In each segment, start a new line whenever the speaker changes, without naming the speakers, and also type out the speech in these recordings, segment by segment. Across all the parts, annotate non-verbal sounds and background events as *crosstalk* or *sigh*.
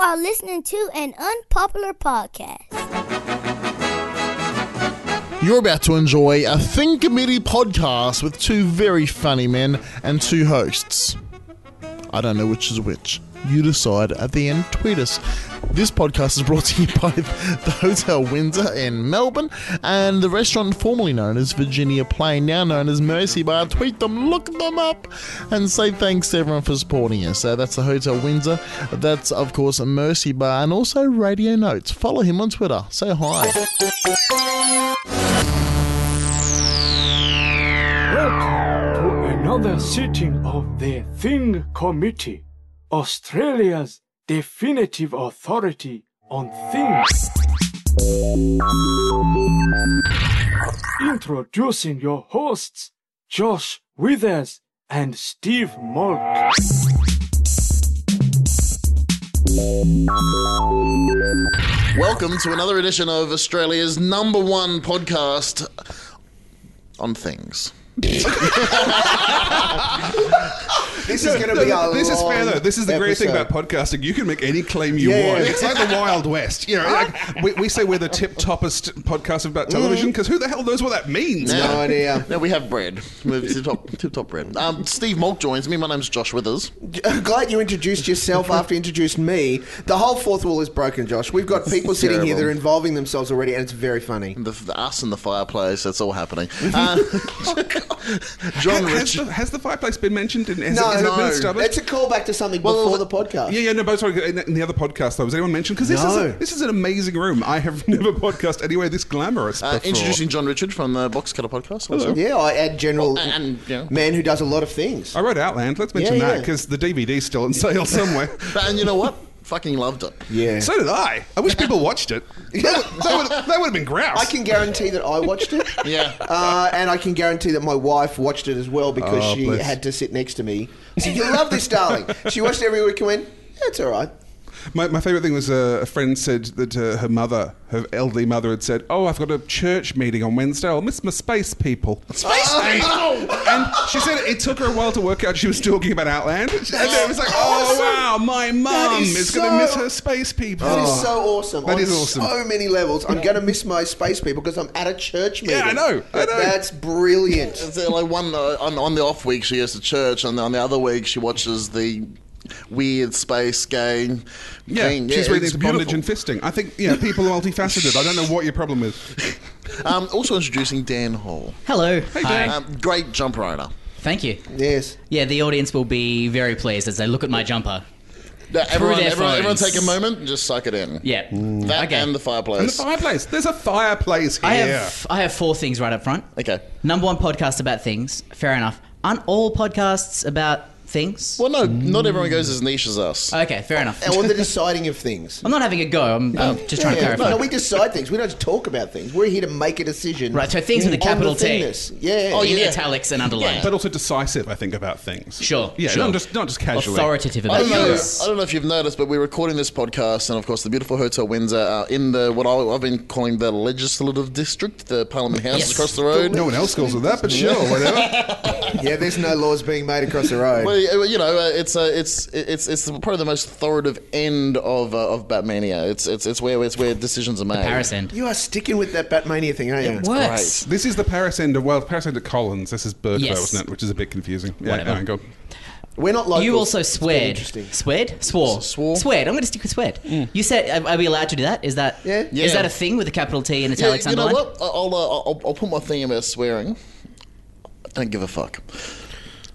are listening to an unpopular podcast.
You're about to enjoy a Think Committee podcast with two very funny men and two hosts. I don't know which is which. You decide at the end. Tweet us. This podcast is brought to you *laughs* by the Hotel Windsor in Melbourne and the restaurant formerly known as Virginia Plain, now known as Mercy Bar. Tweet them, look them up, and say thanks to everyone for supporting us. So that's the Hotel Windsor. That's, of course, Mercy Bar and also Radio Notes. Follow him on Twitter. Say hi.
Welcome to another sitting of the Thing Committee, Australia's definitive authority on things. Introducing your hosts, Josh Withers and Steve Malk.
Welcome to another edition of Australia's number one podcast on things.
This is going to be a
this is fair
long
though. This is the great thing
episode.
about podcasting. You can make any claim you
Yeah.
want. It's like the Wild West. You know,
*laughs*
like we, we say we're the tip toppest podcast about
Mm.
television because who the hell knows what that means?
No idea.
No, we have bread. We have tip top, tip top bread. Um, Steve Malk joins me. My name's Josh Withers.
I'm *laughs* glad you introduced yourself after you introduced me. The whole fourth wall is broken, Josh. We've got people sitting here that are
terrible.
involving themselves already, and it's very funny.
The, the us and the fireplace. That's all happening. Uh, John Rich.
Has the, has the fireplace been mentioned? And has
No,
it, has it
no.
been stubborn?
It's a callback to something
Well,
before
the-
the podcast.
yeah, yeah, no, but sorry. In, in the other podcast, though, was anyone mentioned? Because this
No.
is a, this is an amazing room. I have *laughs* never podcast anywhere this glamorous.
Uh,
before.
introducing John Richard from the Box Cutter podcast. Also.
Yeah, I add general
Well, and, you know.
man who does a lot of things.
I wrote Outland. Let's mention
Yeah,
that
yeah.
because the DVD's still on sale
*laughs*
somewhere.
But- And you know what? Fucking loved it.
Yeah,
So did I. I wish people watched it. That would, that would, that would have been grouse.
I can guarantee that I watched it.
*laughs* Yeah.
Uh, and I can guarantee that my wife watched it as well because
Oh,
she
bless.
had to sit next to me. So you love this,
*laughs*
darling. She watched it every week and went, "Yeah, it's all right."
My, my favorite thing was uh, a friend said that uh, her mother, her elderly mother, had said, "Oh, I've got a church meeting on Wednesday. I'll miss my space people." Space people. And she said it took her a while to work out she was talking about Outland. And then it was like, "Oh wow, my mum
is
is, going
so-
to miss her space people."
Oh. That is so awesome.
That
on
is awesome.
So many levels. I'm going to miss my space people because I'm at a church meeting.
Yeah, I know. I know.
That's brilliant. *laughs*
Is there, like one uh, on, on the off week she goes to church, and on the other week she watches the weird space gay.
Yeah,
thing.
she's reading
it's
into bondage
beautiful.
and fisting. I think yeah, people are multifaceted. I don't know what your problem is.
Um, also introducing Dan Hall.
Hello. Hi.
Um, great jump rider.
Thank you.
Yes.
Yeah, the audience will be very pleased as they look at my jumper.
Now, everyone,
their
everyone, everyone
phones.
take a moment and just suck it in.
Yeah.
That
okay.
and the
And the
fireplace.
fireplace. There's a fireplace here.
I have I have four things right up front.
okay.
Number one podcast about things. Fair enough. Aren't all podcasts about things?
Well, no, not everyone goes as niche as us.
Okay, fair enough.
Or the deciding of things.
I'm not having a go. I'm, I'm just trying to
Yeah,
clarify.
no, we decide things. We don't talk about things. We're here to make a decision.
Right, so things with a
on
capital
the
T.
thingness. Yeah.
Oh,
in
yeah.
italics and underlined.
but also decisive. I think about things.
Sure,
Yeah,
sure.
not just not just casually.
Authoritative
I don't,
about
know,
things.
I don't know if you've noticed, but we're recording this podcast, and of course, the beautiful Hotel Windsor uh, in the what I- I've been calling the legislative district, the Parliament House
Yes.
across the road.
Uh, No one else calls it that, but sure,
*laughs*
whatever.
Yeah, there's no laws being made across the road.
Well, you- you know, uh, it's uh, it's it's it's probably the most authoritative end of uh, of Batmania. It's it's it's where it's where decisions are made.
Paris end.
you are sticking with that Batmania thing, aren't you?
Works.
This is the Paris end of well, Paris end of Collins. This is Burke,
Yes.
though, isn't it? Which is a bit confusing. Yeah,
Whatever.
anyway, go on.
We're not like
You also sweared.
interesting.
Sweared? Swore.
S- swore. Mm.
Sweared. I'm going to stick with sweared. You said, are, are we allowed to do that? Is that
Yeah.
Yeah.
is that a thing with a capital T and
Yeah,
italics
you know
underlined?
what? I- I'll, uh, I'll I'll put my thing about swearing. Don't give a fuck.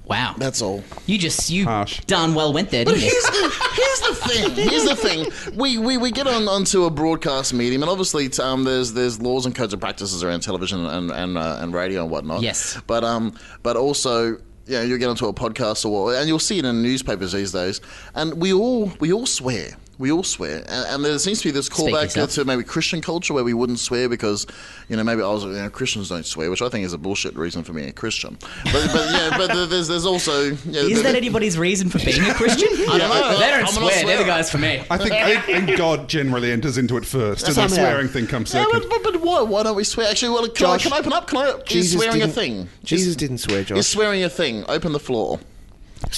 Wow.
That's all.
You just you
Harsh.
darn well went there, didn't you?
Here's the, here's the thing. Here's the thing. We, we, we get on onto a broadcast medium, and obviously, um, there's there's laws and codes of practices around television and and, uh, and radio and whatnot.
Yes.
But um, but also. Yeah, you'll get onto a podcast or what, and you'll see it in newspapers these days. And we all we all swear, we all swear, and, and there seems to be this
Speak
callback
yourself.
to maybe Christian culture where we wouldn't swear because you know maybe I was you know, Christians don't swear, which I think is a bullshit reason for being a Christian. But, but yeah, but there's there's also yeah,
Is
there-
that anybody's reason for being a *laughs* Christian? I don't know. They
I'm
don't
not
swear. They're the
swearing.
guys for me.
I think, I think God generally enters into it first, and the
Somehow.
swearing thing comes
Yeah,
second.
but, but, but why, why don't we swear? Actually, well, can,
Josh,
I, can I open up? Can I? Is swearing a
didn't-
thing?
Jesus didn't swear, Josh.
Is swearing a thing? Open the floor.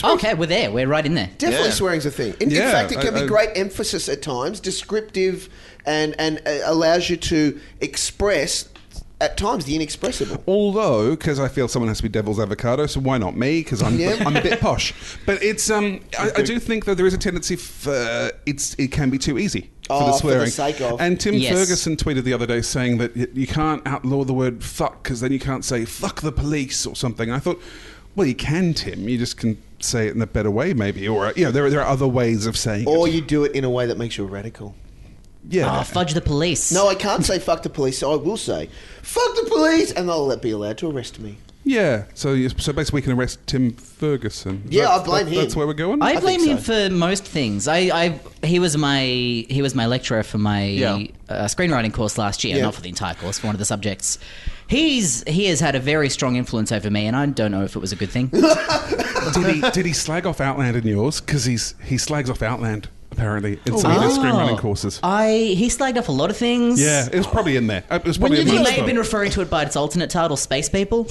Okay, we're there. We're right in there.
Definitely
Yeah.
swearing's a thing. In, in
Yeah,
fact, it can
I-
be
I-
great emphasis at times, descriptive, and and uh, allows you to express at times the inexpressible.
Although, because I feel someone has to be devil's avocado, so why not me? Because I'm,
Yeah.
I'm a bit posh. But it's um, I, I do think that there is a tendency for it's it can be too easy for
Oh,
the
for the
swearing.
sake of.
And Tim
Yes.
Ferguson tweeted the other day saying that y- you can't outlaw the word fuck because then you can't say fuck the police or something. I thought, well, you can, Tim. You just can say it in a better way, maybe, or uh, you know, there are, there are other ways of saying
Or
it.
you do it in a way that makes you a radical.
yeah.
Oh, fudge the police.
No, I can't say fuck the police, so I will say fuck the police, and they'll let- be allowed to arrest me.
Yeah, so you, so basically we can arrest Tim Ferguson.
Yeah,
That's-
I blame
that-
him.
That's where we're going.
I
think
blame him
so.
for most things. I, I he was my he was my lecturer for my uh, screenwriting course last year,
Yeah.
not for the entire course, for one of the subjects. He's he has had a very strong influence over me, and I don't know if it was a
*laughs*
good thing.
did he did he slag off Outland in yours? Because he's he slags off Outland apparently in some of
Oh.
his screenwriting courses.
I he slagged off a lot of things.
yeah, it was probably in there. It was probably in
He
there.
may have been referring to it by its alternate title,
*laughs*
Space People. *laughs*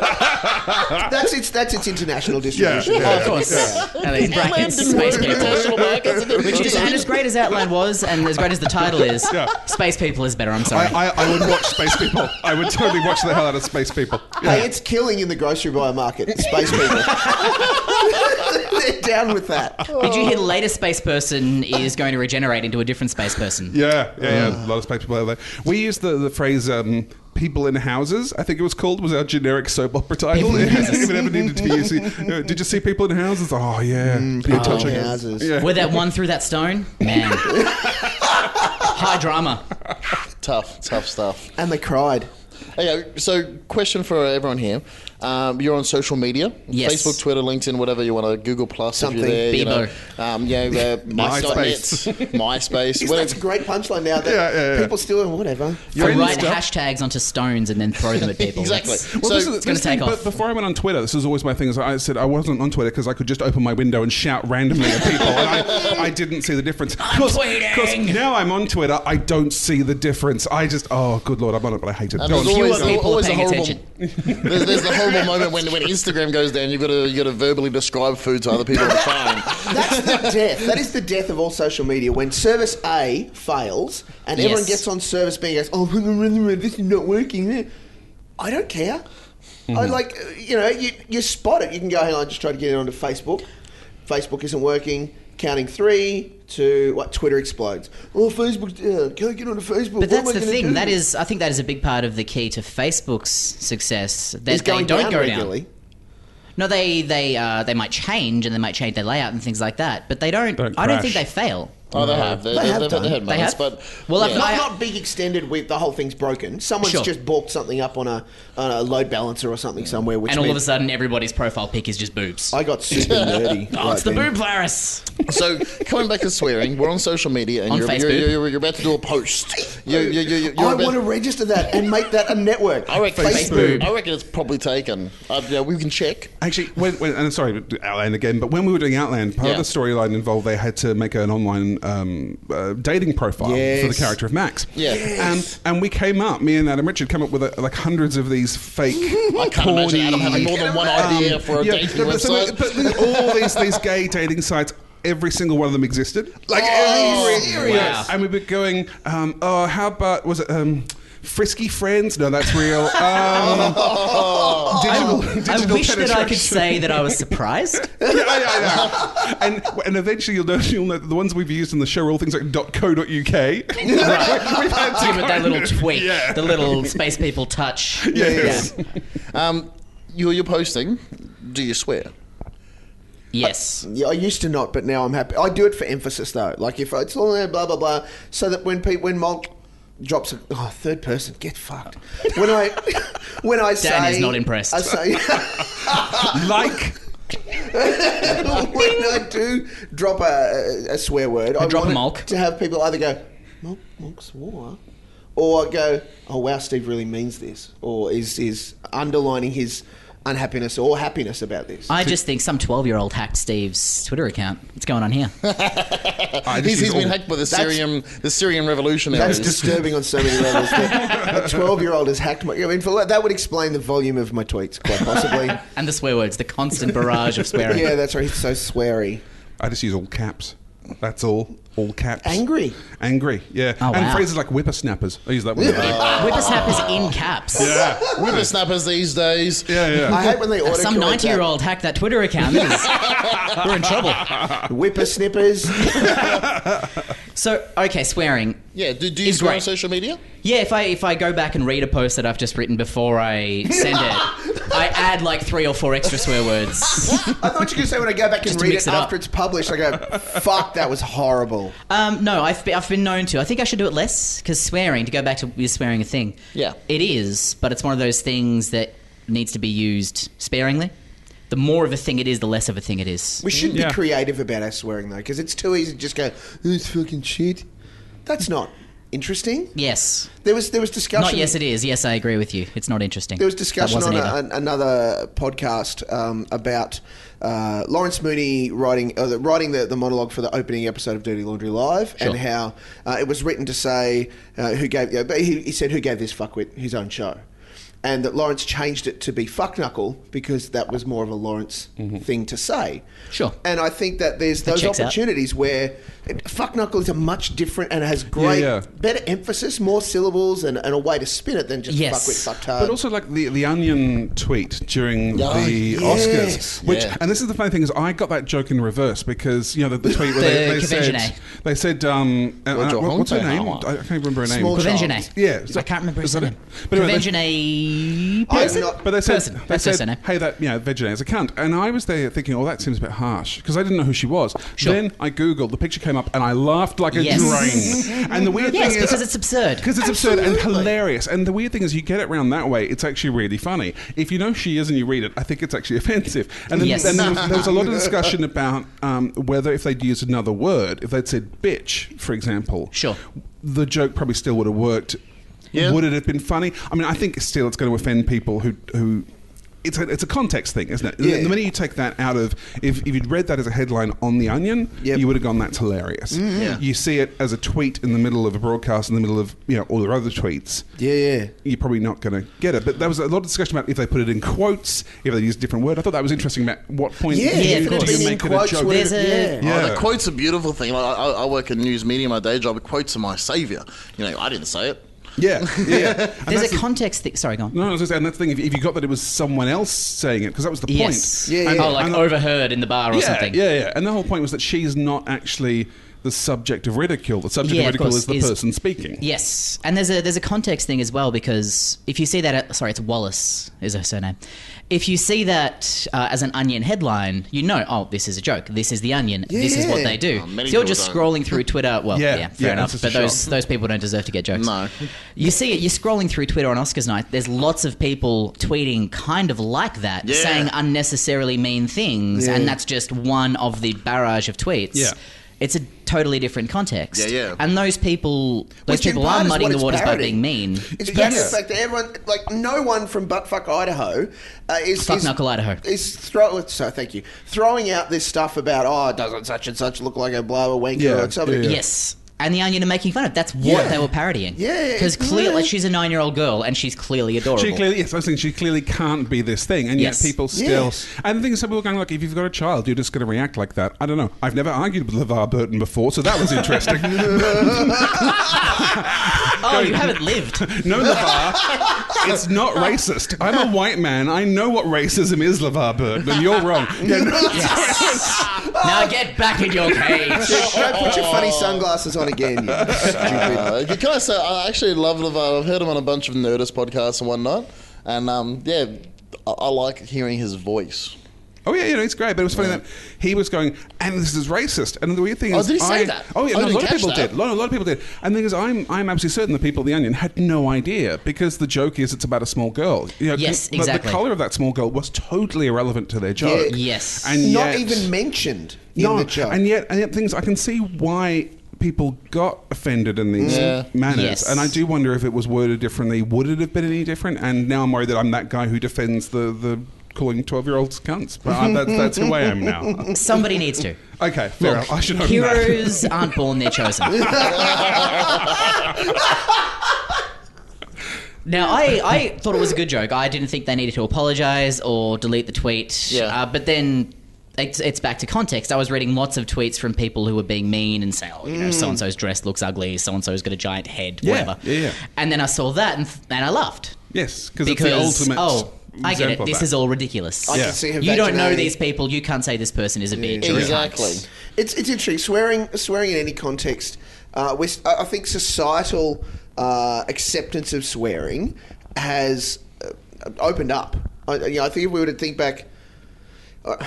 That's its that's its international distribution.
Yeah, yeah,
of course. *laughs* And in brackets, Space People. Which is, and as great as Outland was, and as great as the title is,
Yeah.
Space People is better. I'm sorry.
I, I, I would watch Space People. I would totally watch the hell out of Space People.
Hey, it's killing in the grocery buyer market. Space people. They're down with that.
Did
uh,
you hear the latest space person is going to regenerate into a different space person?
Yeah, yeah, yeah. A lot of space people out there. We used the, the phrase um, people in houses, I think it was called, was our generic soap opera title. *laughs*
People in
It
houses. Mm,
didn't even needed to be used. You know, Did you see people in houses? Oh, yeah. People touching
in
us.
houses.
Yeah.
Were that one through that stone?
*laughs*
Man. High drama.
Tough, tough stuff.
And they cried.
Okay, so question for everyone here. Um, you're on social media,
Yes.
Facebook, Twitter, LinkedIn, whatever you want to, Google Plus,
Something.
if you're there, you know,
Bebo.
um, yeah, uh,
MySpace.
MySpace, *laughs* MySpace,
*laughs* Isn't that's a
whatever.
great punchline now that
Yeah, yeah, yeah.
people still whatever.
I
Friends
write
stuff.
hashtags onto stones and then throw them at people.
Exactly.
That's-
Well,
So-
this is,
It's gonna
this thing,
take
But
off.
before I went on Twitter, this was always my thing. Is I said I wasn't on Twitter because I could just open my window and shout randomly at people, and
*laughs*
I, I didn't see the difference. I'm
tweeting!
now I'm on Twitter. I don't see the difference. I just oh good lord, I'm on it, but I hate it.
And
Go on.
there's always,
Fewer people are
always a
paying
horrible. *laughs* There's, there's the horrible moment when, when Instagram goes down. You've got to you got to verbally describe food to other people on the phone.
*laughs* That's the death. That is the death of all social media when service A fails and everyone
Yes.
gets on service B and goes, oh, this is not working. I don't care.
Mm-hmm.
I like, you know, you, you spot it. You can go, hang on, just try to get it onto Facebook. Facebook isn't working. Counting three, two, what? Twitter explodes. Oh, Facebook's down. Can I get onto Facebook?
But
What am
that's
I
the
gonna
thing.
do?
That is, I think that is a big part of the key to Facebook's success. That
It's
they
going
don't
down
go
regularly.
down. No, they they uh, they might change and they might change their layout and things like that. But they don't.
Don't
I don't think they
crash.
fail.
Oh, they have. They,
They have
have. They've,
done.
they had
They
moments,
have?
but
Well, I've
yeah.
Not,
I-
not big extended with the whole thing's broken. Someone's
Sure.
just balked something up on a on a load balancer or something somewhere, which
And all
meant
of a sudden, everybody's profile pic is just boobs.
I got
*laughs*
super nerdy.
oh,
right
it's the
then.
boob virus.
So coming back to swearing, we're on social media, and
On
you're, you're,
Facebook.
you're, you're about to do a post. You're, you're, you're, you're
I
about-
want to register that and make that a
*laughs*
network.
I reckon
Facebook.
I reckon it's probably taken. Uh, yeah, we can check.
Actually, when, when, and I'm sorry, Outland again, but when we were doing Outland, part
Yeah.
of the storyline involved they had to make an online um, uh, dating profile for the
Yes.
character of Max.
Yeah.
Um, and we came up, me and Adam Richard, came up with uh like hundreds of these fake.
*laughs*
um,
I can't imagine Adam having more than one idea for a
yeah,
dating
but so-
website.
But the- all these, these gay dating sites. Every single one of them existed. Like
Oh,
every
Wow.
and we were going. Um, oh, how about was it um, Frisky Friends? No, that's real. Um,
*laughs* Oh.
digital,
I
digital
wish that I could
penetration.
say that I
*laughs*
was surprised.
yeah, yeah, *laughs* yeah. And and eventually you'll know, you'll know that the ones we've used in the show are all things like .co.uk.
*laughs*
Like, we- we've had to
Give it that
kind
little
of-
tweak,
Yeah.
the little space people touch.
Yes.
Um, you're, you're posting. Do you swear?
Yes.
*laughs* Yeah, I used to not, but now I'm happy. I do it for emphasis though. Like if it's all there, blah blah blah, so that when people when Malk drops a oh, third person, get fucked. When I *laughs* when I say
Dan is not impressed.
I say. *laughs*
*laughs*
Like
when I do drop a, a swear word, I
drop
want
a
it
mulk.
to have people either go, "Mulk, mulk swore," or go, "Oh wow, Steve really means this," or is is underlining his unhappiness or happiness about this.
I just think some 12 year old hacked Steve's Twitter account. What's going on here?
I just
Uh, He's, he's
use
been
all-
hacked by the
That's-
Syrian the Syrian revolutionaries.
That's disturbing on so many levels. that A twelve-year-old has hacked my. I mean, for, that would explain the volume of my tweets, quite
*laughs*
possibly.
and the swear words, the constant barrage of swearing.
yeah, that's right. He's so sweary.
I just use all caps. That's all. All caps.
*laughs*
Angry.
Angry. Yeah.
Oh,
and
wow.
phrases like whippersnappers. I use that one.
Whippersnappers in caps.
Yeah.
Whippersnappers these days.
Yeah.
I
Yeah.
hate when they auto
Some 90 year old hacked that Twitter account. This is- we're in trouble.
whippersnippers. *laughs*
So, okay, swearing.
Yeah, do, do you
It's
swear on
great.
social media?
Yeah, if I if I go back and read a post that I've just written before I send it, I add like three or four extra swear words.
I thought you could say when I go back and
to
read it,
mix it up.
after it's published, I go, "Fuck, that was horrible."
Um, no, I've been, I've been known to. I think I should do it less because swearing. To go back to is swearing a thing?
Yeah.
it is, but it's one of those things that needs to be used sparingly. The more of a thing it is, the less of a thing it is.
We should
Yeah.
be creative about our swearing though, because it's too easy to just go, "This fucking shit." That's not interesting.
yes,
There was there was discussion.
not yes, it is. Yes, I agree with you. It's not interesting.
There was
That
discussion on
wasn't
a,
either.
an, another podcast um, about uh, Lawrence Mooney writing uh, the, writing the, the monologue for the opening episode of Dirty Laundry Live, and how uh, it was written to say uh, who gave. Yeah, but he, he said who gave this fuckwit his own show, and that Lawrence changed it to be fuck knuckle because that was more of a Lawrence thing to say.
Mm-hmm. Sure.
And I think that there's those
checks out.
opportunities where it, fuck knuckle is a much different and has great
yeah.
better emphasis, more syllables, and, and a way to spin it than just
Yes.
fuckwit fucktard.
But also like the, the Onion tweet during
Oh,
the
yes.
Oscars, which
Yeah.
and this is the funny thing is I got that joke in reverse because you know the, the tweet where they,
The
they said
convention,
they said um and-
Roger
and- what- what's her
Honte,
name
how are-
I can't remember her name
Small child.
Prevention A.
yeah it's
I
like-
can't remember.
is
His
that
name.
it? But anyway, they-
Prevention A.
I'm
person?
not-
But they said,
Person.
They
That's her
said
surname.
hey, that you know, vegetarian's a cunt. And I was there thinking, oh, that seems a bit harsh because I didn't know who she was.
Sure.
Then I googled, the picture came up, and I laughed like a
Yes.
drain. and the weird
Yes,
thing is,
because it's absurd.
because it's absurd and hilarious. And the weird thing is, you get it round that way, it's actually really funny. If you know she is and you read it, I think it's actually *laughs* offensive. And then,
Yes.
and there, was, there was a lot of discussion about um, whether if they'd used another word, if they'd said bitch, for example,
Sure.
the joke probably still would have worked.
Yeah.
Would it have been funny? I mean, I think still it's going to offend people who who. It's a, it's a context thing, isn't it?
Yeah.
The minute you take that out of, if, if you'd read that as a headline on The Onion,
Yep.
you would have gone, that's hilarious.
Yeah.
You see it as a tweet in the middle of a broadcast, in the middle of you know all their other tweets.
Yeah, yeah.
You're probably not going to get it. But there was a lot of discussion about if they put it in quotes, if they used a different word. I thought that was interesting. At what point
Yeah,
do
yeah,
you,
of
do
course.
you
Been in
make it a
quotes
joke?
with-
There's a
Yeah.
Oh,
Yeah.
the quote's a beautiful thing. Like, I, I work in news media, my day job. Quotes are my saviour. You know, I didn't say it.
Yeah, yeah. yeah. And
There's
that's
a
the-
context thing. Sorry, go on.
No, no, I was just saying, and that's the thing. If, if you got that it was someone else saying it, because that was the
Yes.
point.
Yeah,
And-
yeah.
Oh, like
and the-
overheard in the bar or
yeah,
something.
Yeah, yeah. And the whole point was that she's not actually the subject of ridicule. The subject
Yeah,
of
of
ridicule
course,
is the
is-
person speaking.
Yes, and there's a there's a context thing as well because if you see that, at, sorry, it's Wallace is her surname. If you see that uh, as an Onion headline, you know, oh, this is a joke. This is the Onion. this is what
Yeah.
they do.
Oh, many
so you're
people
just
don't.
scrolling through Twitter. Well,
Yeah,
yeah,
yeah,
fair enough.
that's just
But
a
those
shock.
those people don't deserve to get jokes.
No.
You see it. You're scrolling through Twitter on Oscars night. There's lots of people tweeting kind of like that,
Yeah.
saying unnecessarily mean things, and that's just one of the barrage of tweets.
Yeah.
It's a totally different context.
Yeah, yeah.
And those people those
Which in
people are
part is what
muddying the
it's
waters by
parodying.
being mean.
It's
Yes.
back to the fact that everyone, like no one from Buttfuck Idaho, uh, is
Fuck
is,
Knuckle, Idaho.
is throw. So thank you, throwing out this stuff about oh, doesn't such and such look like a blower wanker
Yeah,
or something?
yeah.
Yes. And the onion are making fun of. That's what
Yeah.
they were parodying.
Yeah, yeah,
Because
it's-
clearly,
yeah.
like, she's a nine year old girl and she's clearly adorable.
She clearly, yes, I was thinking she clearly can't be this thing, and
Yes.
yet people still.
Yes.
And the thing is, some people are going like, if you've got a child, you're just going to react like that. I don't know. I've never argued with LeVar Burton before, so that was
*laughs*
interesting.
oh, you haven't
*laughs*
lived. *laughs*
no, LeVar, it's not racist. I'm a white man. I know what racism is, LeVar Burton, and *laughs* you're wrong. Yeah, no,
now get back
*laughs*
in your cage.
Don't put your funny sunglasses on again. You stupid.
Uh, can I say, I actually love LeVar. I've heard him on a bunch of Nerdist podcasts and whatnot. And um, yeah, I, I like hearing his voice.
Oh yeah, you know it's great, but it was funny that he was going, and this is racist. And the weird thing
Oh,
is,
did he say
I-
that?
Oh yeah,
I
no, a
didn't
lot of
catch
people
that.
did. A lot, a lot of people did. And the thing is, I'm I'm absolutely certain the people at the Onion had no idea because the joke is it's about a small girl. You know,
Yes,
the- the-
exactly.
The color of that small girl was totally irrelevant to their joke.
Yes.
and
Not
yet-
even mentioned in
no,
the joke.
and yet and yet things I can see why. People got offended in these
Yeah.
manners,
Yes.
and I do wonder if it was worded differently, would it have been any different? And now I'm worried that I'm that guy who defends the the calling 12 year olds cunts. But I, that's, that's who I am
*laughs*
now.
Somebody needs to.
Okay, fair enough. I should own that.
Heroes aren't born, they're chosen.
*laughs*
now, I, I thought it was a good joke. I didn't think they needed to apologize or delete the tweet.
Yeah.
Uh, but then it's, it's back to context. I was reading lots of tweets from people who were being mean and saying, oh, you know, so and so's dress looks ugly, so and so's got a giant head,
Mm. Yeah,
whatever.
yeah, yeah.
And then I saw that and, and I laughed.
Yes, because it's the
Because,
ultimate.
oh, I get
example
it.
of
This
that.
is all ridiculous.
I
Yeah.
can see her
You don't know
vaginality.
these people. You can't say this person is a bitch. or a cunt.
Exactly.
It's it's interesting. Swearing swearing in any context. Uh, we I I think societal uh, acceptance of swearing has uh, opened up. I, you know, I think if we were to think back, uh,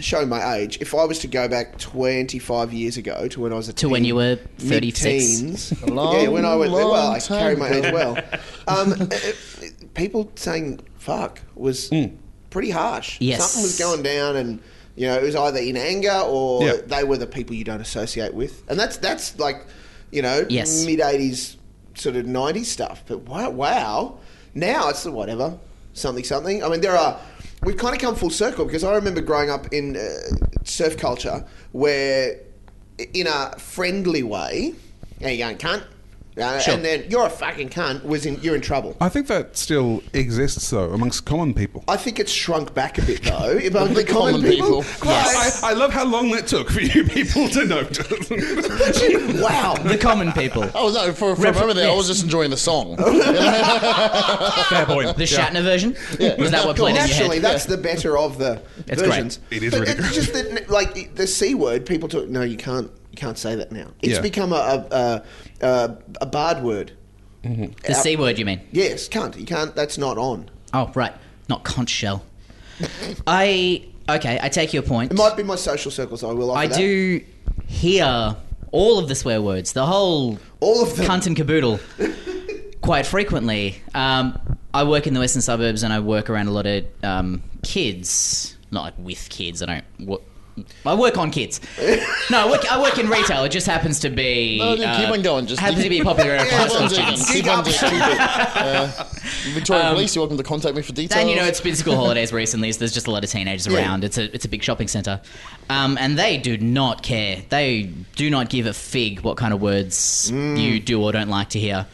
showing my age, if I was to go back 25 years ago to when I was a
To when you were 36.
teens,
long,
*laughs* yeah, when I was
long
well, I
time
carry my
ago.
age well.
*laughs*
Um, uh, uh, people saying "fuck" was pretty harsh.
Hmm. Yes.
something was going down, and you know it was either in anger or
Yeah.
they were the people you don't associate with, and that's that's like you know
Yes.
mid '80s sort of '90s stuff. But wow, wow, now it's the whatever something something. I mean, there are we've kind of come full circle because I remember growing up in uh, surf culture where in a friendly way, how you going, cunt? Uh,
Sure.
And then you're a fucking cunt. Was in you're in trouble.
I think that still exists, though, amongst common people.
I think it's shrunk back a bit though. Among the common,
common
people.
people.
I, I love how long that took for you people to
*laughs*
notice.
*laughs* wow.
The common people.
Oh no! For, for a moment there, I was just enjoying the song.
Fair point.
The Shatner version? Was that what played in your
Naturally,
head?
that's the better of the
It's great.
versions.
It is
but
really
it's
great.
just that, like the c word. People talk. No, you can't. You can't say that now. It's
Yeah.
become a a, a, a a bad word.
The C word, you mean?
Yes, can't. You can't. That's not on.
Oh, right. Not conch shell. I. Okay, I take your point.
It might be my social circles. I will. Offer
I
that.
do hear all of the swear words, the whole
All of them.
cunt and caboodle,
*laughs*
quite frequently. Um, I work in the western suburbs and I work around a lot of um, kids, not like with kids. I don't. Wo- I work on kids. No, I work, I work in retail. It just happens to be.
No,
uh,
yeah, keep on going, just-
happens to be
*laughs*
popular at high
Keep on
school
digging.
students.
Keep on digging. Uh, Victoria Police, you're welcome to contact me for details.
And Um, you know, it's been school holidays recently, so there's just a lot of teenagers around. It's a it's a big shopping centre, um, and they do not care. They do not give a fig what kind of words you do or don't like to hear,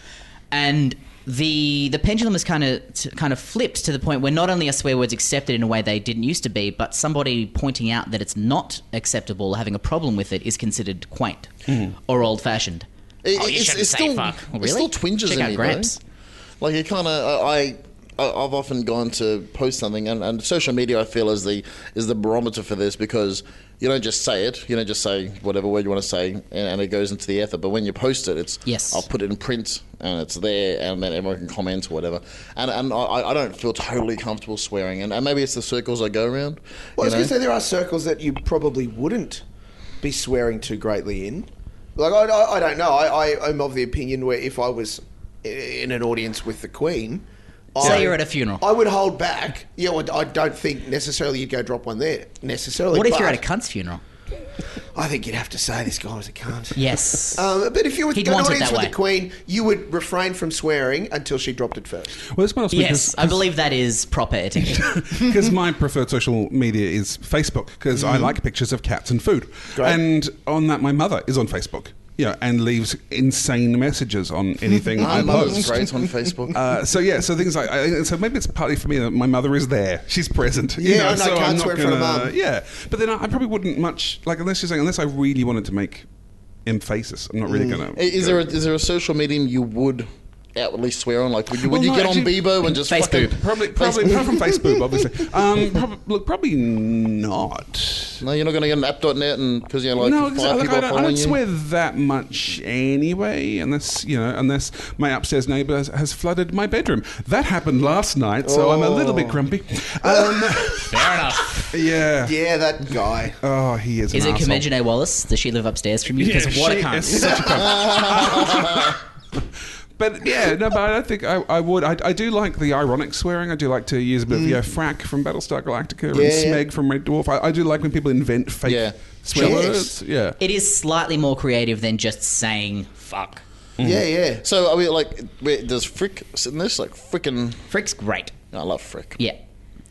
and. The, the pendulum has kind of kind of flipped to the point where not only are swear words accepted in a way they didn't used to be, but somebody pointing out that it's not acceptable, having a problem with it, is considered quaint or old fashioned.
It-
oh, you
it's-
shouldn't
it's
say
still-
fuck.
it
Really?
still twinges
Check
in
out
me, though.
Gramps.
Like it kind of, I, I, I've often gone to post something, and, and social media I feel is the is the barometer for this because you don't just say it, you don't just say whatever word you want to say, and, and it goes into the ether. But when you post it, it's
Yes.
I'll put it in print, and it's there, and then everyone can comment or whatever. And and I, I don't feel totally comfortable swearing, and, and maybe it's the circles I go around. you
Well, I was going to
know?
say there are circles that you probably wouldn't be swearing too greatly in. Like I, I, I don't know. I, I am of the opinion where if I was i- in an audience with the Queen, I-
Say you're at a funeral.
I would hold back. Yeah, well, I don't think necessarily you'd go drop one there necessarily.
What if you're at
but
a cunt's funeral?
I think you'd have to say this guy was a cunt.
Yes.
Um, but if you were
He'd
in an
want it
audience
that
with
way.
the Queen, you would refrain from swearing until she dropped it first.
Well, this one else
Yes, I believe that is proper etiquette.
*laughs* because my preferred social media is Facebook because
Mm-hmm.
I like pictures of cats and food. And on that, my mother is on Facebook. Yeah, and leaves insane messages on
*laughs*
anything
My
I
mother's
post.
Oh, great on Facebook.
Uh, so yeah, so things like I, so maybe it's partly for me that my mother is there. She's present. you
Yeah, I know,
so
can't
I'm not
swear in front of
gonna-
mum.
Yeah, but then I, I probably wouldn't much like unless you're saying unless I really wanted to make emphasis. I'm not really
Mm.
gonna.
Is there a, is there a social medium you would outwardly swear on? Like would you,
Well,
would you
no,
get
actually-
on Bebo and just
Face
fucking-
boob.
*laughs* Probably, probably, *laughs* apart
*laughs*
from Facebook, obviously. Um, prob- look, probably not.
No, you're not going to get an app.net and because you know like
no,
five
'cause I- like,
people
I
are
don't, I
following
don't
you.
swear that much anyway, unless you know, unless my upstairs neighbour has, has flooded my bedroom. That happened last night, so I'm a little
Oh. *laughs*
bit grumpy. Um,
*laughs*
*laughs*
Fair enough.
yeah.
Yeah, that
*laughs*
guy.
Oh, he is.
Is
an
it
asshole.
Comegene Wallace? Does she live upstairs from you?
Yeah,
Because what
she
a cunt.
is *laughs* such a
*laughs*
cunt. But yeah, no, but I don't think I, I would. I, I do like the ironic swearing. I do like to use a bit of you
Mm.
know, frack from Battlestar Galactica
Yeah,
and
yeah.
smeg from Red Dwarf. I, I do like when people invent fake
Yeah.
swear
Yes.
words. Yeah.
It is slightly more creative than just saying fuck.
Yeah, yeah.
So are we like wait, does Frick sit in this? Like frickin'
Frick's great. *laughs*
I love Frick.
Yeah.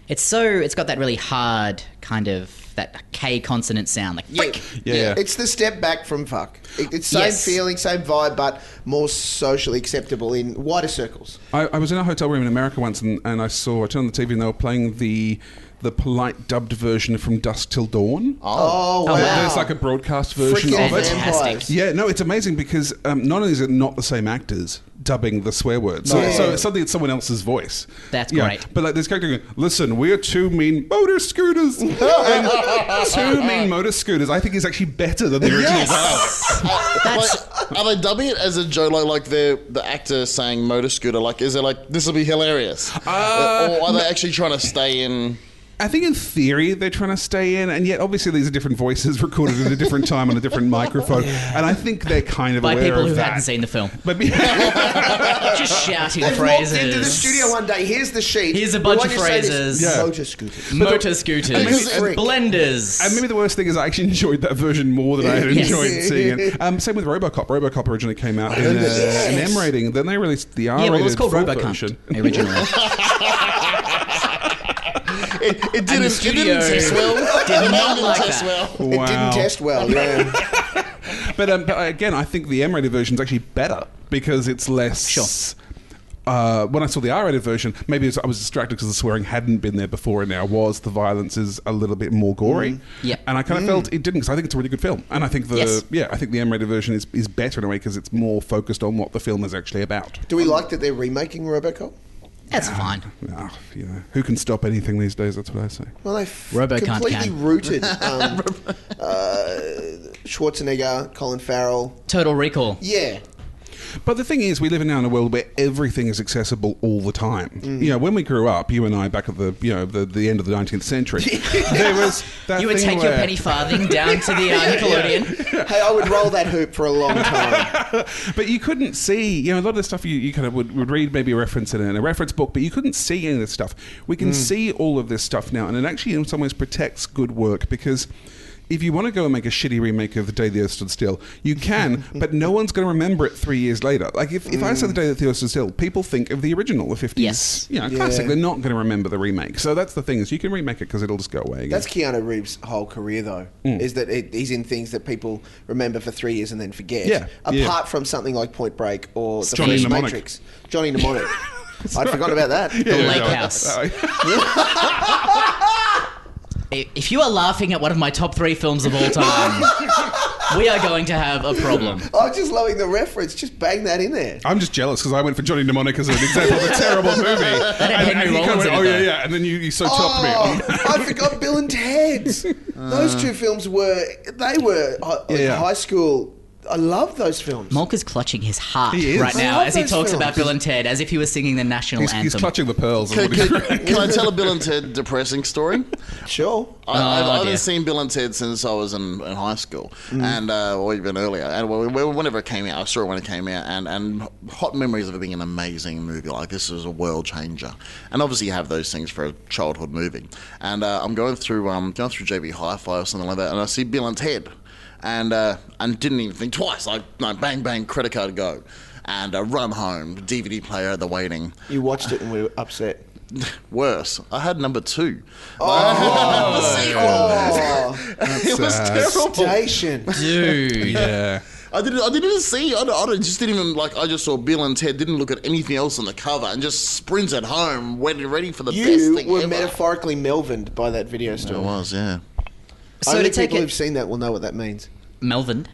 It's so it's got that really hard kind of that K consonant sound, like *laughs* freak.
Yeah, yeah.
It's the step back from fuck. It, it's same
Yes.
feeling, same vibe, but more socially acceptable in wider circles.
I, I was in a hotel room in America once, and, and I saw I turned on the TV, and they were playing the the polite dubbed version from Dusk Till Dawn.
Oh, wow.
There's like a broadcast version
Freaking
of it.
vampires.
Yeah, no, it's amazing because um, not only is it not the same actors dubbing the swear words, so,
No.
so suddenly it's someone else's voice.
That's
Yeah,
great.
But like this character going, listen, we're two mean motor scooters. *laughs*
*laughs*
and two mean motor scooters, I think is actually better than the original dialogue.
Like,
*laughs*
are they dubbing it as a joke, like, like the the actor saying motor scooter? Like, is it like this will be hilarious,
Uh,
or are they actually trying to stay in?
I think in theory they're trying to stay in, and yet obviously these are different voices *laughs* recorded at a different time on a different microphone, and I think they're kind of
By
aware
people
of
who
that.
hadn't seen
*laughs*
the film.
But yeah,
Just shouting
They walked
phrases.
into the studio one day. Here's the sheet.
Here's a
We
bunch
want
of
you to say this.
phrases.
Yeah.
Motor scooter.
Motor scooters,
maybe-
blenders.
and maybe the worst thing is I actually enjoyed that version more than I had
Yes.
enjoyed seeing it. Um, same with RoboCop. RoboCop originally came out in uh, an M rating, then they released the R
yeah,
rated
well, it was called
full
Robocunt
version.
originally.
*laughs*
It, it didn't. It
studio
didn't test well. It
did not
didn't
like
test
that.
well.
It didn't
Wow.
test
*laughs*
well. Yeah.
But, um, but again, I think the M-rated version is actually better because it's less.
Sure.
Uh, when I saw the R-rated version, maybe it was, I was distracted because the swearing hadn't been there before, and now was. The violence is a little bit more gory,
Yep.
And I kind of felt it didn't because I think it's a really good film, and I think the
Mm. Yes.
yeah, I think the M-rated version is, is better in a way because it's more focused on what the film is actually about.
Do we like that they're remaking RoboCop?
That's fine.
Ah, you know, who can stop anything these days? That's what I say.
Well, they have
Robo can't
completely
can. *laughs*
rooted um, uh, Schwarzenegger, Colin Farrell.
Total Recall.
Yeah,
But the thing is, we live in now in a world where everything is accessible all the time.
Mm.
You know, when we grew up, you and I, back at the you know the, the end of the nineteenth
*laughs*
century, there was that
You would
thing
take your
where-
penny farthing down
*laughs*
to the uh, Nickelodeon.
hey, I would roll that hoop for a long time.
But you couldn't see, you know, a lot of the stuff you, you kind of would, would read maybe a reference in a, in a reference book, but you couldn't see any of this stuff. We can see all of this stuff now, and it actually, in some ways, protects good work because if you want to go and make a shitty remake of The Day the Earth Stood Still, you *laughs* can, but no one's going to remember it three years later. Like, if, if I say The Day that the Earth Stood Still, people think of the original, the 50s,
Yes.
you know, classic. They're not going to remember the remake. So that's the thing, is you can remake it because it'll just go away again.
That's Keanu Reeves' whole career, though,
Mm.
is that it, he's in things that people remember for three years and then forget.
Yeah,
Apart
yeah.
from something like Point Break or the
Johnny
first
Mnemonic.
Matrix. Johnny Mnemonic.
*laughs*
I'd forgotten about that.
The
Yeah,
Lake
yeah.
House.
Uh, *laughs*
I- If you are laughing at one of my top three films of
*laughs*
all time, we are going to have a problem.
I'm just loving the reference. Just bang that in there.
I'm just jealous because I went for Johnny Mnemonic as an example of a
*laughs*
terrible movie. and,
Henry
and you
Rollins
kind of went,
in it,
oh, yeah,
though."
yeah. And then you, you so topped me.
Oh, I forgot Bill
*laughs*
and Ted's. those two films were they were hi- like
Yeah.
high school. I love those films.
Malka's clutching his heart
He is.
right
I
now
love
as he
those
talks about
films.
Bill and Ted, as if he was singing the
*laughs*
national
He's, he's
anthem.
clutching the pearls.
Can,
and what
*laughs*
he's-
can- can I tell a Bill and Ted depressing story?
Sure.
I, I, I
dear.
haven't seen Bill and Ted since I was in, in high school, and uh, or even earlier. And wh- wh- whenever it came out, I saw it when it came out, and, and hot memories of it being an amazing movie. Like this was a world changer, and obviously you have those things for a childhood movie. And uh, I'm going through um going through JB Hi-Fi or something like that, and I see Bill and Ted, and uh, and didn't even think twice. Like no, bang bang, credit card go, and uh, run home, DVD player at the waiting.
You watched it and we were upset.
Worse, I had number two. *laughs*
Oh,
it was
sad.
terrible.
station.
Dude.
yeah.
I didn't. I didn't even see. I, don't- I don't- just didn't even like. I just saw Bill and Ted. Didn't look at anything else on the cover and just sprinted home, ready, ready for the best
You
thing
were
ever.
metaphorically Melvined by that video store.
It was, yeah.
So
Only
to take
people who've
it,
seen that will know what that means.
Melvin,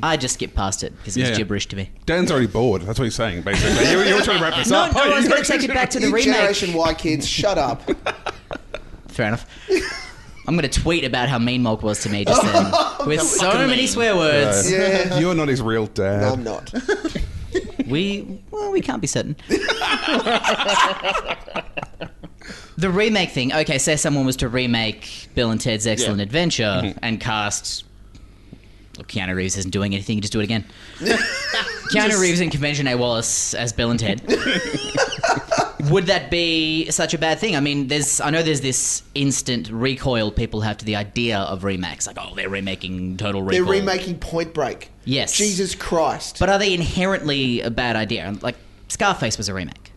I just skipped past it because it
Yeah.
was gibberish to me.
Dan's already bored. That's what he's saying, basically. you, you were trying to wrap this
No,
up. Oh,
no, I was
You
going to
were-
take it
*laughs*
back to the
you
remake.
Generation Y kids,
*laughs*
shut up.
Fair enough. I'm going to tweet about how mean Malk was to me just then with so
fucking
many
mean.
swear words.
Yeah.
You're not his real dad.
I'm not.
We well, we can't
*laughs*
be certain. the remake thing. Okay, say someone was to remake Bill and Ted's Excellent
Yeah.
Adventure
Mm-hmm.
and cast. Look, Keanu Reeves isn't doing anything. Just do
*laughs*
it again. Keanu Reeves and Convention A Wallace as Bill
*laughs*
and Ted. Would that be such a bad thing? I mean, there's I know there's this instant recoil people have to the idea of remakes, like oh they're remaking Total
They're
Recall.
remaking Point Break.
Yes.
Jesus Christ.
But are they inherently a bad idea? Like Scarface was a remake.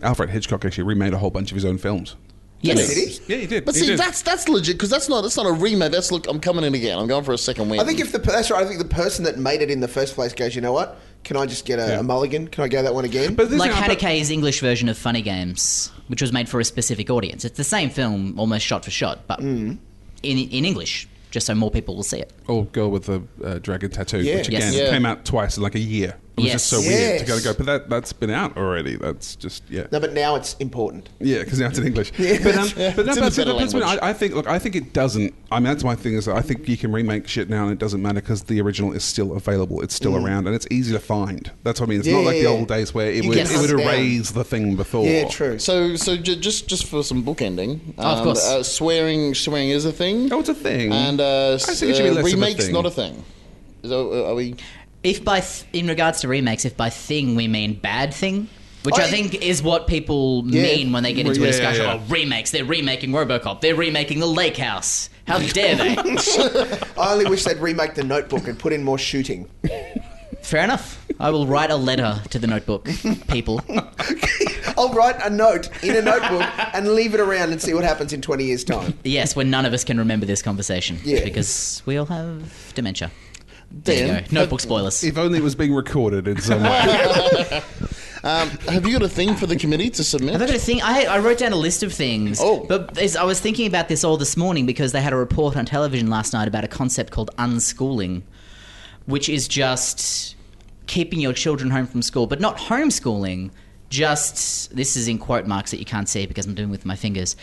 Alfred Hitchcock actually remade a whole bunch of his own films.
Yes.
Did he?
Yeah, he did.
But
he
see,
did.
that's that's legit because that's not that's not a remake. That's look, I'm coming in again. I'm going for a second win.
I think if the per- that's right, I think the person that made it in the first place goes, you know what? Can I just get a,
Yeah.
a mulligan? Can I go that one again?
But this
Like
now- but-
Hatakei's English version of Funny Games, which was made for a specific audience. It's the same film, almost shot for shot, but
Mm.
in in English, just so more people will see it.
or Oh, girl with the uh, dragon tattoo,
Yeah.
which again
Yes.
Yeah.
came out twice in like a year. It was just
Yes.
so weird to go,
Yes.
to go. But that that's been out already. That's just yeah,
no, but now it's important.
yeah, because now it's in English. But um,
It's
but no,
in a
but-
better
but that's what I,
language.
I think. Look, I think it doesn't. I mean, that's my thing is that I think you can remake shit now, and it doesn't matter because the original is still available. It's still around, and it's easy to find. That's what I mean. It's
Yeah,
not like
yeah,
the
yeah.
old days where it
You
would
can
it would
hunt down.
erase the thing before.
Yeah, true.
so. So j- just just for some bookending,
of
um,
course.
uh, swearing swearing is a thing.
Oh, it's a thing.
and uh,
I think it should be
uh,
less of a
remakes
thing.
not a thing. So, uh, are we?
If by th- in regards to remakes, if by thing we mean bad thing, which I,
I-
think is what people mean when they get
Well,
into
yeah,
a
yeah,
discussion.
yeah.
Oh, remakes! They're remaking RoboCop. They're remaking The Lake House. How
*laughs*
dare they?
I only wish they'd remake the Notebook and put in more
*laughs*
shooting.
Fair enough. I will write a letter to the notebook people.
*laughs*
I'll write a note in a notebook and leave it around and see what happens in 20 years' time.
Yes, when none of us can remember this conversation
Yeah.
because we all have dementia. There you
Dan,
go. Notebook spoilers.
if only it was being recorded in some way.
Um, have you got a thing for the committee to submit?
I've got a thing. I, I wrote down a list of things.
Oh.
But as I was thinking about this all this morning because they had a report on television last night about a concept called unschooling, which is just keeping your children home from school, but not homeschooling. Just this is in quote marks that you can't see because I'm doing it with my fingers.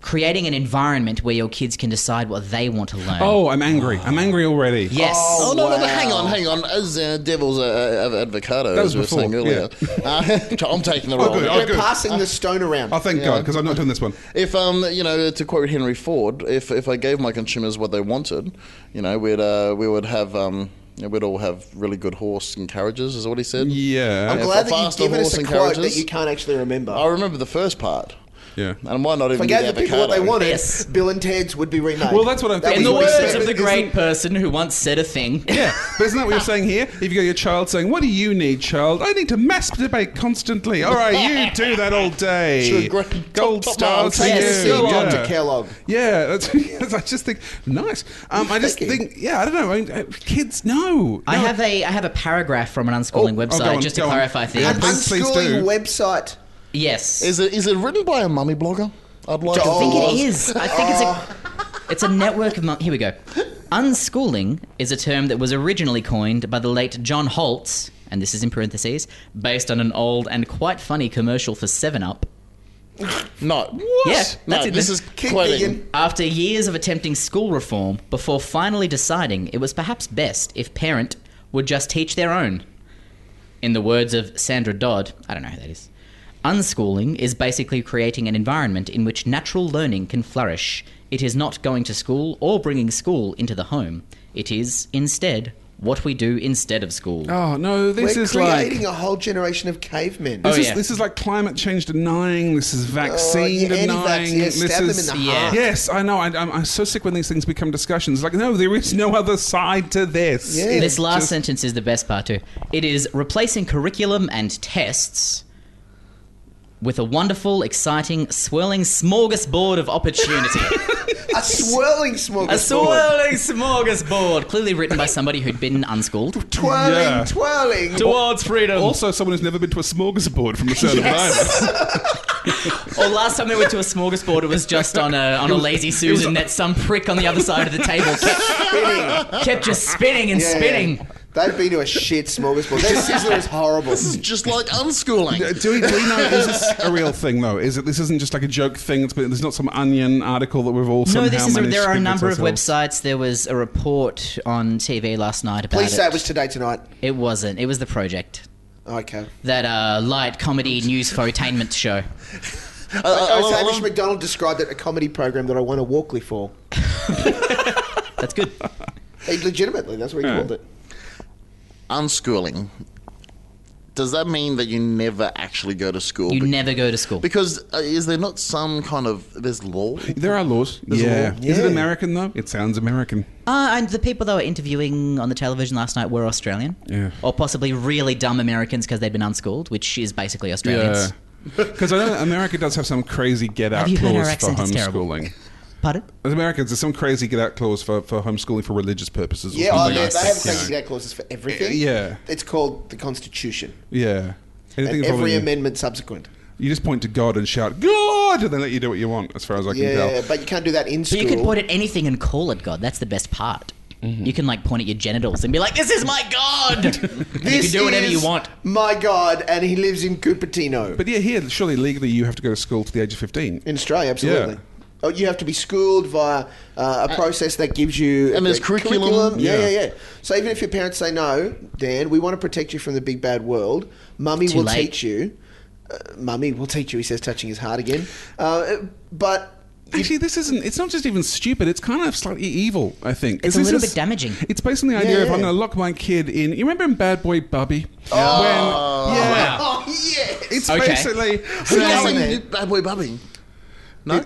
Creating an environment where your kids can decide what they want to learn.
oh, I'm angry. I'm angry already.
yes.
Oh no, no, no! Hang on, hang on. As uh, devil's uh, uh, avocado,
That
as
was
we were
before,
saying earlier, uh, *laughs* I'm taking the role.
good, oh,
We're
good.
passing the stone around.
Oh, thank God, because I'm not doing this one.
If um, you know, to quote Henry Ford, if if I gave my consumers what they wanted, you know, we'd uh, we would have um, you know, we'd all have really good horse and carriages, is what he said.
Yeah.
I'm
Yeah,
glad
for
that you've
faster
given
horse
us a
and
quote
carriages.
that you can't actually remember.
I remember the first part.
yeah.
And why not
if I
even
gave the people what they
avocado?
wanted,
Yes.
Bill and Ted's would be remade.
Well, that's what I'm
That
thinking.
In
was
Wait,
the
what he
wait,
words
wait,
said.
of the
isn't-
great person who once said a thing.
Yeah, but isn't that what you're saying here? If you got your child saying, "What do you need, child? I need to masturbate constantly." All
*laughs*
right, you do that all day.
Sure, great.
Gold
Top- top
star
marks.
to
Take
you.
the
Yes,
seal
yeah.
off to Kellogg.
Yeah, that's, *laughs* that's- I just think nice. Um, I just
Thinking.
think, yeah, I don't know. I mean, uh, kids, no.
*laughs* I
No.
have a I have a paragraph from an unschooling
Oh, go
website
on,
just to
go on.
clarify things.
Yeah,
An
please, please
unschooling
do.
website.
Yes,
Is it is it written by a mummy blogger? I'd like.
Oh.
I think
to
it is. I think it's
*laughs*
a it's a network of mon- here we go. Unschooling is a term that was originally coined by the late John Holtz, and this is in parentheses, based on an old and quite funny commercial for Seven Up.
No. What?
Yeah,
no,
that's it.
this is
Keep
quoting.
digging.
After years of attempting school reform, before finally deciding it was perhaps best if parent would just teach their own. In the words of Sandra Dodd, I don't know who that is. Unschooling is basically creating an environment in which natural learning can flourish. It is not going to school or bringing school into the home. It is, instead, what we do instead of school.
Oh no, this
We're
is like
creating a whole generation of cavemen.
This,
Oh,
is,
yeah.
this is like climate change denying. This is vaccine
Oh, yeah, anti-vax,
denying.
yeah,
this
stab them
is
in the
Yeah. heart.
yes, I know. I, I'm, I'm so sick when these things become discussions. Like, no, there is no other side to this.
Yeah.
This last
just-
sentence is the best part too. It is replacing curriculum and tests with a wonderful, exciting, swirling smorgasbord of opportunity.
a swirling smorgasbord.
a swirling smorgasbord, clearly written by somebody who'd been unschooled.
Twirling,
Yeah.
twirling.
Towards freedom.
Also, someone who's never been to a smorgasbord from the sound of mine.
*laughs* Or last time we went to a smorgasbord, it was just on a on a lazy Susan that some prick on the other side of the table kept,
Spinning.
kept just spinning and
Yeah, yeah.
spinning.
They've been to a shit smorgasbord. Their sizzler is horrible.
Just like unschooling.
*laughs* Do we, do we know is this a real thing though? Is it this isn't just like a joke thing? It's been, there's not some onion article that we've all somehow
No, this is a,
managed
there
to
are a
convince
number of
ourselves?
websites. There was a report on TV last night
*laughs*
about
Please
it.
say it was today tonight.
It wasn't. It was the project.
Okay.
that uh, light comedy
*laughs*
news fotainment show.
I, I, I,
uh,
Oh,
love-
so
I
Hamish
love-
McDonald described it a comedy program that I won a Walkley for.
That's good.
He legitimately, that's what he called it.
unschooling. Does that mean that you never actually go to school?
You
Be-
never go to school.
because uh, is there not some kind of there's
*laughs*
law?
There are laws. There's a
Yeah.
law. Is it American though? It sounds American.
Uh, and the people they were interviewing on the television last night were Australian,
Yeah. *laughs*
or possibly really dumb Americans because they'd been unschooled, which is basically Australians.
Because I know America does have some crazy get out
Have you heard
clause
our
for
accent? It's terrible.
homeschooling.
Pardon?
As Americans, there's some crazy get out clause for, for homeschooling for religious purposes. Or
Yeah, oh,
something
they,
like
they
that,
have
you know.
crazy gag clauses for everything.
Yeah.
It's called the Constitution.
Yeah. Anything
and
involving
every
you-
amendment subsequent.
You just point to God and shout, God! And then let you do what you want, as far as I can tell.
Yeah, but you can't do that in
But
school.
you can point at anything and call it God. That's the best part.
Mm-hmm.
You can like point at your genitals and be like, "This is my
*laughs*
God." And you can
This
do whatever you
is
want.
My God, and he lives in Cupertino.
But yeah, here, surely legally you have to go to school to the age of 15.
in Australia, absolutely.
Yeah.
Oh, you have to be schooled via uh, a process that gives you
and there's
a
curriculum.
Yeah. yeah,
Yeah.
yeah, So even if your parents say no, Dan, we want to protect you from the big bad world. Mummy
Too
will
late.
teach you. Uh, mummy will teach you. He says, touching his heart again. Uh, but
Actually, this isn't, it's not just even stupid, it's kind of slightly evil, I think. 'Cause
It's a
this
little
is-
bit damaging.
It's based on the idea of
Yeah.
I'm going to lock my kid in. You remember in Bad Boy Bubby? When, yeah.
oh yes,
It's
Okay.
basically.
So you're
Yeah,
saying
man.
you- bad boy bubbing.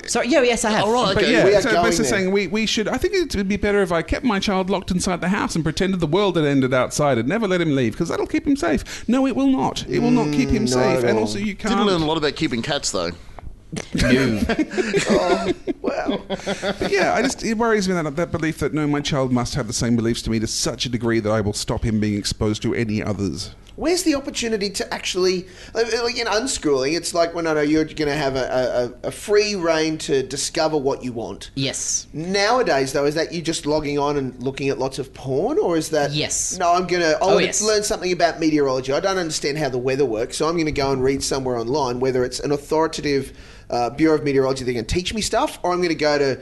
So yeah, yes, I have.
All right,
But
okay.
yeah,
we are
so
going
basically
there.
saying we, we should. I think it would be better if I kept my child locked inside the house and pretended the world had ended outside and never let him leave because that'll keep him safe. No, it will not. It will not keep him safe.
at
And
all.
also, you
Did learn a
can't.
lot about keeping cats though.
wow.
But yeah, I just it worries me that that belief that no, my child must have the same beliefs to me to such a degree that I will stop him being exposed to any others.
Where's the opportunity to actually, like like in unschooling, it's like, well, no, no, you're going to have a, a, a free reign to discover what you want.
Yes.
Nowadays, though, is that you just logging on and looking at lots of porn, or is that
Yes. Oh,
No, I'm gonna. I want
yes.
to learn something about meteorology. I don't understand how the weather works, so I'm gonna go and read somewhere online whether it's an authoritative uh, Bureau of Meteorology that can teach me stuff, or I'm gonna go to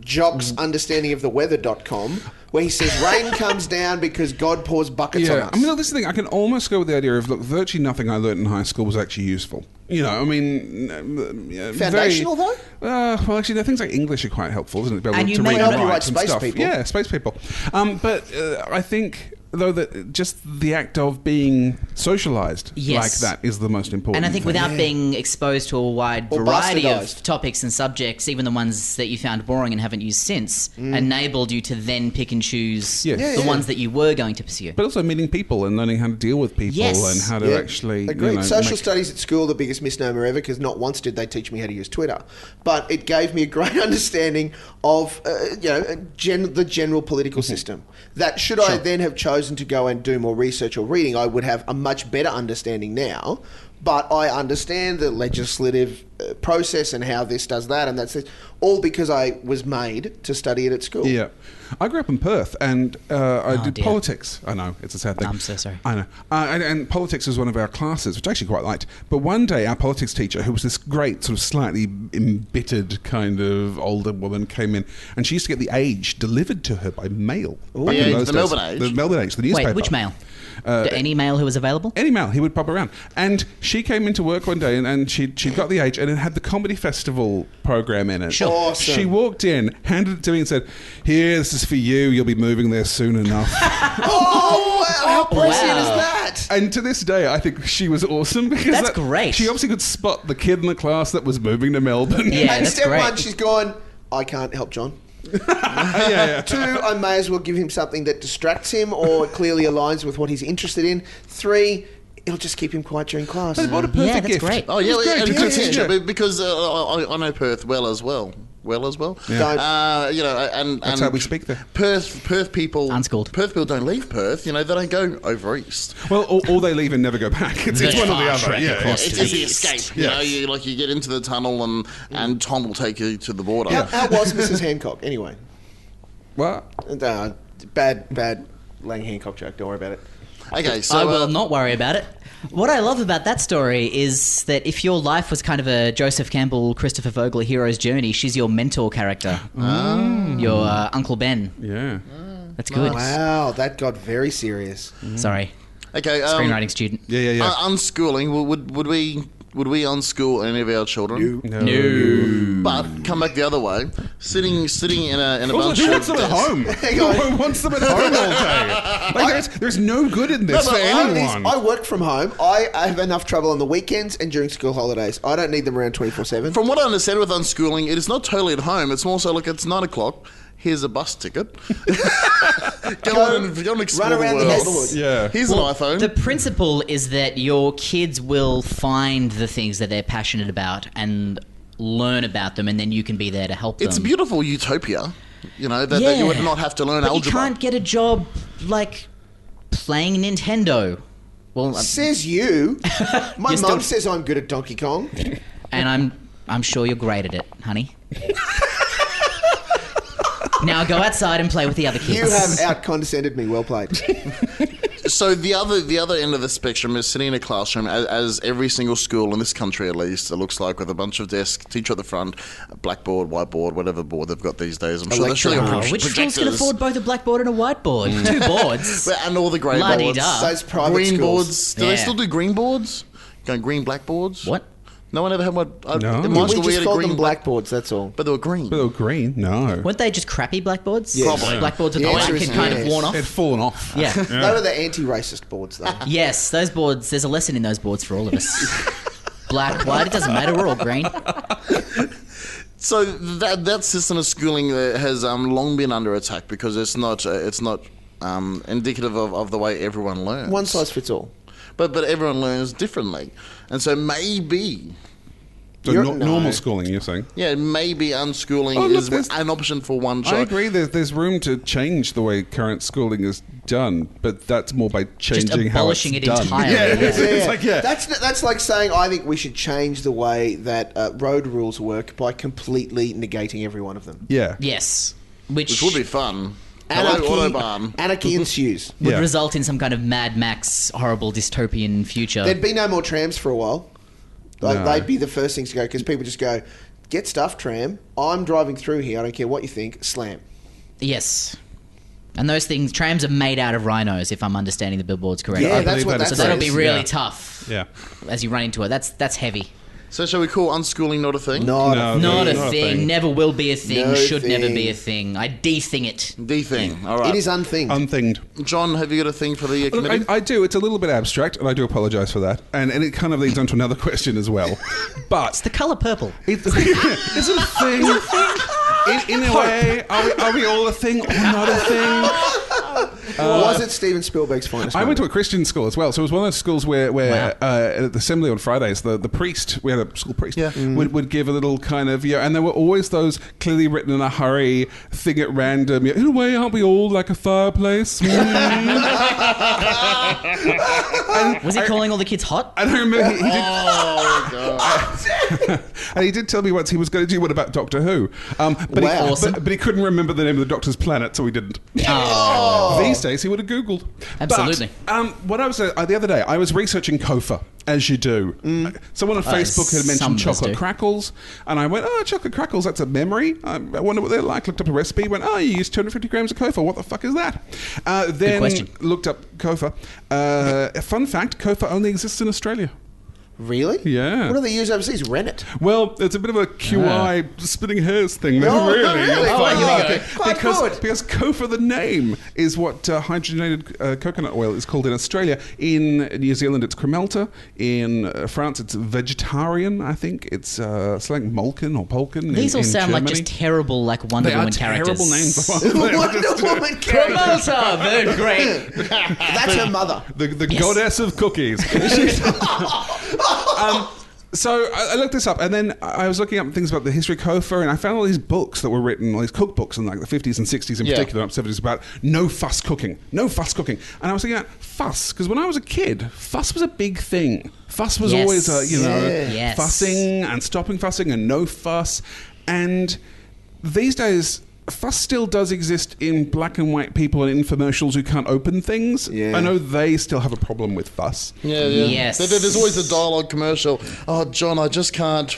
Jock's
Mm.
Understanding of the Weather.com where he says rain comes down because God pours buckets on
Yeah,
us.
I mean, look, this is the thing. I can almost go with the idea of look, virtually nothing I learned in high school was actually useful. You know, I mean, um, yeah, very-
Foundational, though?
Uh, well, actually, the things like English are quite helpful, isn't it? Be able
And
to
you may
read
not
and
be
write
right
and
space
stuff.
people.
Yeah, space people. Um, but uh, I think though that just the act of being socialized
Yes.
like that is the most important.
And I think
thing.
without being exposed to a wide
Or
variety
bastardised.
of topics and subjects, even the ones that you found boring and haven't used since, enabled you to then pick and choose
Yes. Yeah,
the
yeah.
ones that you were going to pursue.
but also meeting people and learning how to deal with people
Yes.
and how to
Yeah,
actually you
agreed.
know,
Social
make-
studies at school, the biggest misnomer ever, because not once did they teach me how to use Twitter, but it gave me a great *laughs* understanding of uh, you know gen- the general political
Mm-hmm.
system. That should I then have chosen to go and do more research or reading, I would have a much better understanding now. But I understand the legislative uh, process and how this does that, and that's it. all because I was made to study it at school.
Yeah. I grew up in Perth and uh, I
Oh,
did
dear.
politics. I know, it's a sad thing.
I'm so sorry.
I know. Uh, and, and politics was one of our classes, which I actually quite liked. But one day, our politics teacher, who was this great, sort of slightly embittered kind of older woman, came in and she used to get the age delivered to her by mail. back
The
in
Age,
those
the
days.
Melbourne Age?
The Melbourne Age, the newspaper. Uh,
Wait, which mail? Do any mail who was available?
Any mail, he would pop around. And she came into work one day and, and she she got the age and it had the comedy festival program in it.
Sure.
Awesome.
She walked in, handed it to me and said, Here, this is for you, you'll be moving there soon
*laughs*
enough.
Oh wow! How prescient
Wow.
is that?
and to this day I think she was awesome because
That's
that-
great.
She obviously could spot the kid in the class that was moving to Melbourne. *laughs*
Yeah,
and
that's
step
great.
one, she's gone. I can't help John.
yeah, oh,
Two, I may as well give him something that distracts him
*laughs*
or clearly aligns with what he's interested in. Three, it'll just keep him quiet during class.
But what a perfect
Yeah, that's
gift.
great.
Oh yeah,
That's great.
and a
Yeah,
good
yeah,
teacher
yeah.
be- because uh, I, I know Perth well as well. Well as well.
Don't-
Uh, you know, and,
That's
and
how we speak there.
Perth, Perth people.
Unschooled.
Perth people don't leave Perth. You know, they don't go over east.
Well, or, or they leave and never go back. It's, it's
They
one or the
fast
other.
track
Yeah,
across
yeah.
It's
to
just
the
the
east.
escape. You
Yeah.
know, you like you get into the tunnel and and Tom will take you to the border.
how, how
*laughs*
was Mrs. Hancock anyway?
What?
Uh, bad, bad Lang Hancock joke. Don't worry about it.
Okay, so
I will
uh,
not worry about it. What I love about that story is that if your life was kind of a Joseph Campbell, Christopher Vogler hero's journey, she's your mentor character.
Mm.
Your uh, Uncle Ben.
Yeah.
Uh,
That's good.
Wow, that got very serious.
Sorry.
Okay, um,
Screenwriting student.
Yeah, yeah, yeah.
uh, unschooling. Would, would would we would we unschool any of our children?
no.
But come back the other way. Sitting sitting in a in a bunch
Also, who
of
wants them at
desks.
*laughs* home?
on.
Who wants them at home *laughs* all day? Like, there's, there's no good in this
No,
for
but I-
anyone.
I work from home. I, I have enough trouble on the weekends and during school holidays. I don't need them around twenty four seven.
From what I understand with unschooling, it is not totally at home. It's more so like it's nine o'clock. Here's a bus ticket. *laughs* go, on and go and explore
run around
the
the
world.
neighborhood.
Yeah.
Here's an iPhone.
The principle is that your kids will find the things that they're passionate about and learn about them, and then you can be there to help them.
it's a beautiful utopia. You know that, that you would not have to learn
but
algebra.
You can't get a job like playing Nintendo. Well, I-
*laughs*
*laughs*
Says you. My
You're
mum
still-
says I'm good at Donkey Kong.
and I'm I'm sure you're great at it, honey. now go outside and play with the other kids.
You have out condescended me. Well played.
So the other the other end of the spectrum is sitting in a classroom, as, as every single school in this country at least, it looks like, with a bunch of desks, teacher at the front, a blackboard, whiteboard, whatever board they've got these days. I'm sure they're sure they've
Oh,
got
which schools can
projectors.
afford both a blackboard and a
*laughs*
whiteboard? Two boards.
But- and all the grey boards,
La-di-da.
Those private
green
schools.
boards. Do they
Yeah.
still do green boards? Going green blackboards?
What?
No one ever had one. I,
No.
In my
we
school, we
just
had a
called
green
them
black,
blackboards. That's all.
but they were green.
Oh, green? No.
Weren't they just crappy blackboards?
Yes.
Probably.
Blackboards with
The
the
answer
black
is
had kind of
yes.
worn off.
It'd fallen off.
Yeah.
They were the
*laughs*
anti-racist boards, though.
Yes, those boards. There's a lesson in those boards for all
*laughs*
of us. Black, white, it doesn't matter. We're all green.
So that that system of schooling uh, has um, long been under attack because it's not uh, it's not um, indicative of, of the way everyone learns.
One size fits all.
But but everyone learns differently, and so maybe
So
You're-
nor-
no.
normal schooling, you're saying?
yeah maybe unschooling
Oh, look,
is
there's-
an option for one
I
child.
agree. There's, there's room to change the way current schooling is done, but that's more by changing
abolishing
how it's
it
done.
entirely.
Yeah,
Yeah.
it's, it's like yeah.
That's that's like saying I think we should change the way that uh, road rules work by completely negating every one of them.
yeah,
Yes, which,
Which would be fun. Hello,
Anarchy,
Autobahn.
*laughs*
anarchy ensues.
would
Yeah.
result in some kind of Mad Max horrible dystopian future.
There'd be no more trams for a while. Like,
No.
They'd be the first things to go because people just go, get stuff, tram. I'm driving through here. I don't care what you think. Slam.
yes, and those things. Trams are made out of rhinos, if I'm understanding the billboards correctly.
Yeah,
I
that's
believe
what
that
that
is
so
that's
correct.
that'll be really
Yeah.
tough.
Yeah.
as you run into it. That's that's heavy.
So shall we call unschooling not a thing?
No,
Not a-
Not, a,
not a
thing,
thing.
Never will be a thing.
No
should never
thing.
be a thing. I de-thing it.
the thing. All right.
It is unthinged.
Unthinged.
John, have you got a thing for the uh,
Look,
committee?
I, I do. It's a little bit abstract, and I do apologise for that. And, and it kind of leads on to another *laughs* question as well. But
The color purple.
*laughs* It's, is it a thing? In, in a way, are we, are we all a thing or not a thing? *laughs*
was it Steven Spielberg's finest?
uh, I went to a
moment?
Christian school as well, so it was one of those schools where, where uh, at the assembly on Fridays, the, the priest, we had a school priest, would, would give a little kind of, yeah, and there were always those clearly written in a hurry, thing at random, yeah, in a way, aren't we all like a *laughs* fireplace? Mm.
Was he calling all the kids hot?
and I remember he, he did,
oh god.
*laughs* and he did tell me once he was going to do one about Doctor Who, um, but,
Wow.
he,
Awesome.
but, but he couldn't remember the name of the Doctor's planet, so he didn't. Oh. These days, he would have googled. But,
Absolutely.
um, when I was uh, the other day, I was researching Kofa, as you do. Someone on Facebook had
some
mentioned
of us
chocolate
do.
crackles, and I went, "Oh, chocolate crackles, that's a memory. I, I wonder what they're like." Looked up a recipe, went, "Oh, you use 250 grams of Kofa. What the fuck is that?" Uh, then
question.
looked up Kofa. Uh, a fun fact: Kofa only exists in Australia.
Really?
Yeah.
What do they use
*laughs*
overseas? Rennet.
Well, it's a bit of a QI splitting hairs thing, though,
Oh,
really.
really?
You'll
Oh,
find
here we
out.
go. Quite
Because,
good.
because Kofa, the name, is what uh, hydrogenated uh, coconut oil is called in Australia. In New Zealand, it's cremelta. In uh, France, it's vegetarian, I think. It's uh, something molken or polken.
These
in,
all
in
sound like
Germany.
just terrible, like Wonder
They are
Woman
terrible
characters.
names. *laughs* They are
Wonder
just-
Woman character.
Promoter, the
*laughs*
great.
That's her mother.
The, the goddess of
*laughs*
cookies. She's- um, so I, I looked this up, and then I was looking up things about the history of Kofa, and I found all these books that were written, all these cookbooks in like the 50s and 60s in
Yeah.
particular, and up 70s about no fuss cooking, no fuss cooking. And I was thinking about fuss, because when I was a kid, fuss was a big thing. Fuss was
Yes.
always, a, you know,
Yeah. Yes.
fussing and stopping fussing and no fuss. And these days, fuss still does exist in black and white people and infomercials who can't open things.
Yeah.
I know they still have a problem with fuss.
Yeah, yeah.
Yes.
There- There's always a dialogue commercial. Oh, John, I just can't.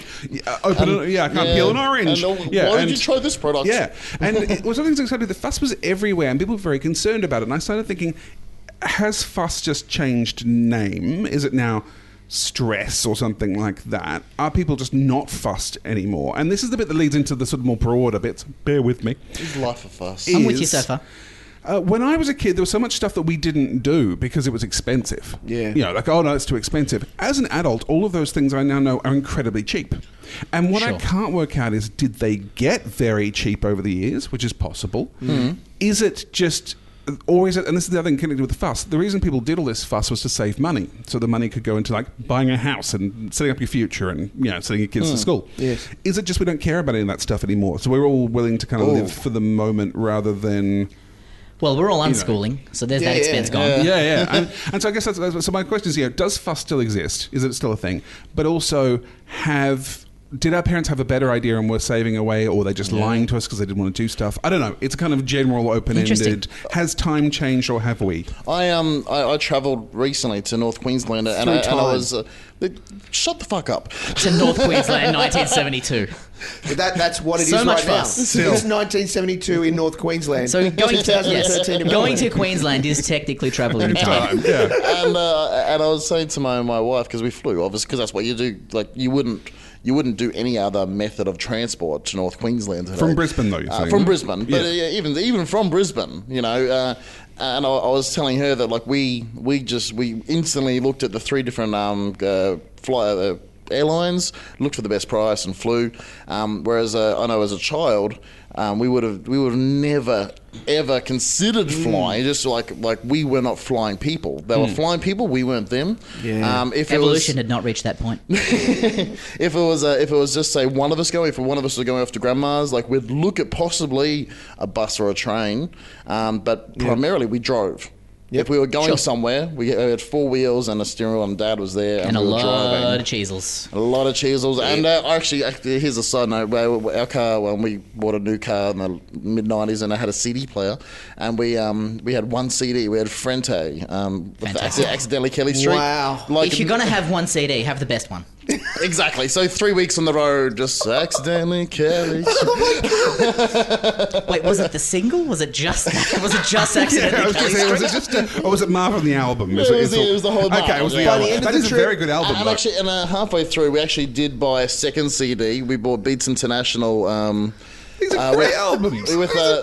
Uh, open
Um,
it, yeah, I can't
yeah.
peel an orange.
And, oh,
yeah,
why did you try this product?
Yeah,
*laughs*
and it was something exactly the fuss was everywhere, and people were very concerned about it. And I started thinking, has fuss just changed name? Is it now? Stress or something like that. Are people just not fussed anymore? And this is the bit that leads into the sort of more broader bits. Bear with me.
Life of us.
I'm with you
is
so far.
Uh, when I was a kid, there was so much stuff that we didn't do because it was expensive.
Yeah.
You know, like, oh no, it's too expensive. As an adult, all of those things I now know are incredibly cheap. And what I
Sure.
can't work out is did they get very cheap over the years, which is possible? Is it just. Or is it, and this is the other thing connected with the fuss, the reason people did all this fuss was to save money. So the money could go into like buying a house and setting up your future and, you know, sending your kids to school.
Yes.
Is it just we don't care about any of that stuff anymore? So we're all willing to kind of live for the moment rather than
Well, we're all unschooling, so there's that
Yeah,
expense
yeah,
gone.
yeah, yeah. And, and so I guess that's, that's so. My question is, you know, does fuss still exist? Is it still a thing? But also, have did our parents have a better idea and were saving away, or were they just lying to us because they didn't want to do stuff? I don't know. It's a kind of general open ended.
Interesting.
Has time changed, or have we?
I um I, I travelled recently to North Queensland and, I, and I was uh, shut the fuck up.
To North Queensland, 1972.
But that, that's what it is
So much
right now.
fuss.
It's
Still.
1972 in North Queensland.
So going to, yes,
2013 in
going to
Melbourne.
Queensland is technically travelling in time.
*laughs*
yeah.
and uh, and I was saying to my my wife because we flew, obviously, because that's what you do. Like you wouldn't you wouldn't do any other method of transport to North Queensland today.
From Brisbane, though, you're
Uh,
saying,
from
right?
Brisbane, but
Yeah.
uh, yeah, even even from Brisbane, you know. Uh, and I, I was telling her that like we we just we instantly looked at the three different um uh, fly. Uh, Airlines looked for the best price and flew. Um, whereas uh, I know as a child, um, we would have we would have never ever considered flying. Just like like we were not flying people. They were flying people. We weren't them.
Yeah.
Um, if it was-
Evolution had not reached that point.
if it was uh, if it was just say one of us going, if one of us was going off to grandma's, like we'd look at possibly a bus or a train, um, but primarily we drove. If we were going somewhere, we had four wheels and a steering wheel, and Dad was there, and,
And a
we were
lot
driving.
of cheesels.
A lot of chisels, and uh, actually, actually, here's a side note. Well, Our car, when we bought a new car in the mid '90s, and it had a CD player, and we um, we had one CD. We had Frente, um, with the
Fantastic.
acci- accidentally Kelly Street.
Wow.
Like-
If you're going to have one CD, have the best one.
Exactly. So three weeks on the road, just accidentally *laughs* carried.
Wait, was it the single? Was it just *laughs* was it
*laughs*
just
I
accidentally
was going to
Kelly
say, was
Street?
it just, uh, or was it Marv on the album? Is
It was
is
the- it was the whole
Okay, it was the
By
album.
the end
of
That
the
is a
trip-
very good album.
And, and
though.
actually, and uh, halfway through, we actually did buy a second CD. We bought Beats International. Um,
These are
uh,
great
with-
albums.
with,
These are
uh,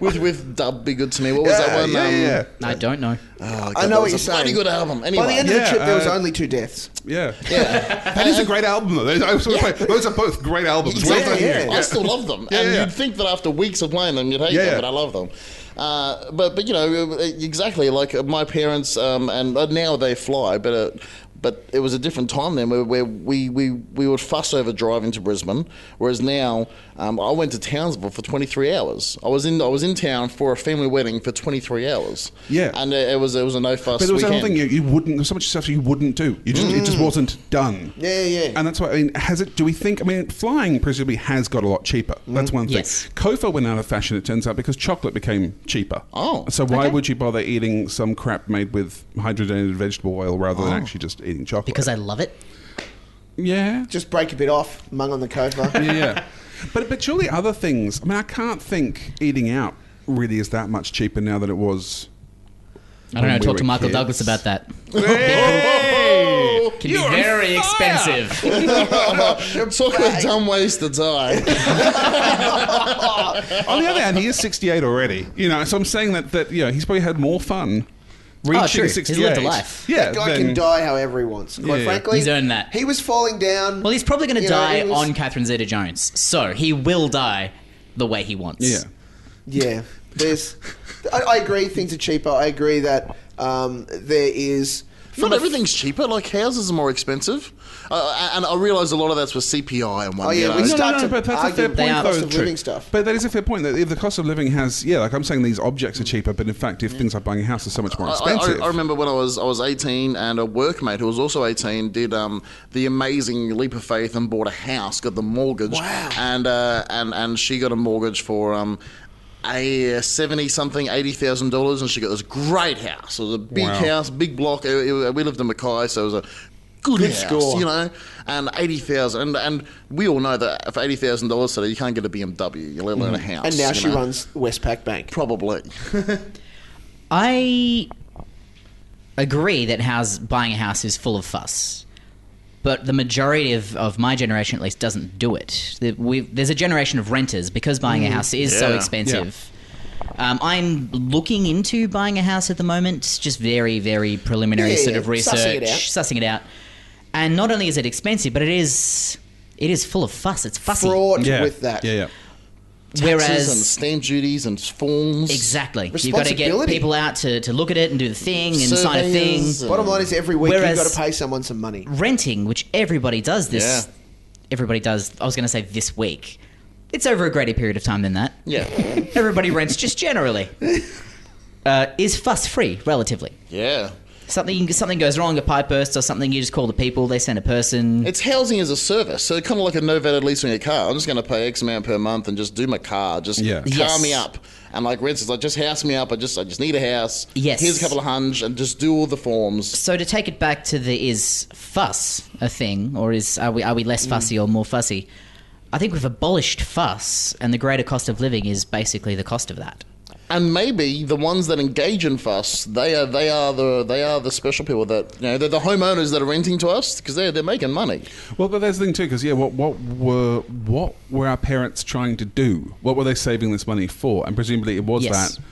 *laughs* with with Dub Be Good to Me. What was
Yeah,
that one?
yeah,
um,
yeah.
I don't know.
oh, God,
I
that
know what
was
you're
a bloody
saying.
good album. Anyway,
By the end of the
Yeah,
trip, there was
uh,
only two deaths.
Yeah.
yeah.
That is a great album, though. Those, I was gonna
Yeah.
say, those are both great albums. Well
Exactly.
done, you.
yeah.
I still love them,
Yeah,
and
yeah.
you'd think that after weeks of playing them, you'd hate
Yeah,
them,
yeah.
but I love them. Uh, but but you know uh, exactly like uh, my parents, um, and uh, now they fly, but. Uh, but it was a different time then, where, where we, we, we would fuss over driving to Brisbane, whereas now um, I went to Townsville for 23 hours. I was in I was in town for a family wedding for 23 hours.
Yeah.
and uh, it, it was it was a no fuss.
But there was
weekend.
something you, you wouldn't. There's so much stuff you wouldn't do. You just, It just wasn't done.
Yeah, yeah, yeah.
And that's why. I mean, has it? Do we think? I mean, flying presumably has got a lot cheaper. That's one thing.
Yes.
Kofa went out of fashion. It turns out because chocolate became cheaper.
Oh,
so why would you bother eating some crap made with hydrogenated vegetable oil rather than actually just eating chocolate?
Because I love it.
yeah,
Just break a bit off, mung on the cover.
yeah, yeah. But but surely other things. I mean, I can't think eating out really is that much cheaper now than it was.
I don't know.
When we
Talk
were
to Michael
kids.
Douglas about that. Can
You're on
be very
fire!
expensive.
"Oh,
Talk about dumb ways to die.
*laughs* On the other hand, he is 68 already. You know, so I'm saying that that you know he's probably had more fun reaching
Oh, true. He's
68.
lived a life.
Yeah,
That guy
than-
can die however he wants. Quite
Yeah.
frankly,
He's earned that.
He was falling down.
Well, he's probably going to
You know,
die
he was-
on Catherine Zeta-Jones, so he will die the way he wants.
Yeah.
Yeah, there's. I, I agree. Things are cheaper. I agree that um, there is.
Not everything's cheaper. Like houses are more expensive, uh, and I realise a lot of that's with CPI and one.
Oh, yeah,
you know.
we
No, no,
start
no,
to
but that's a
argue
fair
about
point,
the
though.
cost of
True.
living stuff.
But that is a fair point. That if the cost of living has, yeah, like I'm saying, these objects are cheaper, but in fact,
Mm.
if things like buying a house are so much more
I- I,
expensive,
I, remember when I was I was 18 and a workmate who was also 18 did um, the amazing leap of faith and bought a house, got the mortgage, wow. and uh, and and she got a mortgage for. Um, a seventy something, eighty thousand dollars, and she got this great house. It was a big
Wow.
house, big block. It- it- we lived in Mackay, so it was a good, house,
score.
you know. And eighty thousand, and and we all know that for eighty thousand dollars today, you can't get a BMW, you let alone a house.
And now
you
she
know.
runs Westpac Bank.
probably.
I agree that house buying a house is full of fuss, but the majority of, of my generation, at least,
Mm.
doesn't do it. The- we- there's a generation of renters because buying a house is so
Yeah.
expensive. Um, I'm looking into buying a house at the moment. It's just very, very preliminary
Yeah, yeah,
sort
yeah.
of
Sussing it
research,
out.
sussing it out. And not only is it expensive, but it is it is full of fuss. It's fussy.
fraught
Yeah.
with that.
Yeah, yeah.
Taxes and
Whereas
stamp duties and forms.
exactly, you've got to get
Responsibility.
people out to, to look at it and do the thing and sign a thing.
Surveyors and-
Bottom line is every week
Whereas-
you've got to pay someone some money.
renting, which everybody does this.
Yeah.
Everybody does. I was going to say this week. It's over a greater period of time than that.
Yeah.
Everybody rents
*laughs*
just generally. Uh, is fuss free relatively.
Yeah.
Something something goes wrong, a pipe bursts or something. You just call the people. They send a person.
It's housing as a service, so kind of like a novated leasing a car. I'm just going to pay X amount per month and just do my car, just
Yeah.
car
Yes.
me up. And like rents is like just house me up. I just I just need a house.
Yes.
here's a couple of hunch and just do all the forms.
so to take it back to the is fuss a thing, or is are we are we less fussy or more fussy? I think we've abolished fuss, and the greater cost of living is basically the cost of that.
And maybe the ones that engage in fuss, they are they are the they are the special people that you know they're the homeowners that are renting to us because they're they're making money.
Well, but there's the thing too, because yeah, what what were what were our parents trying to do? What were they saving this money for? And presumably, it was
Yes.
that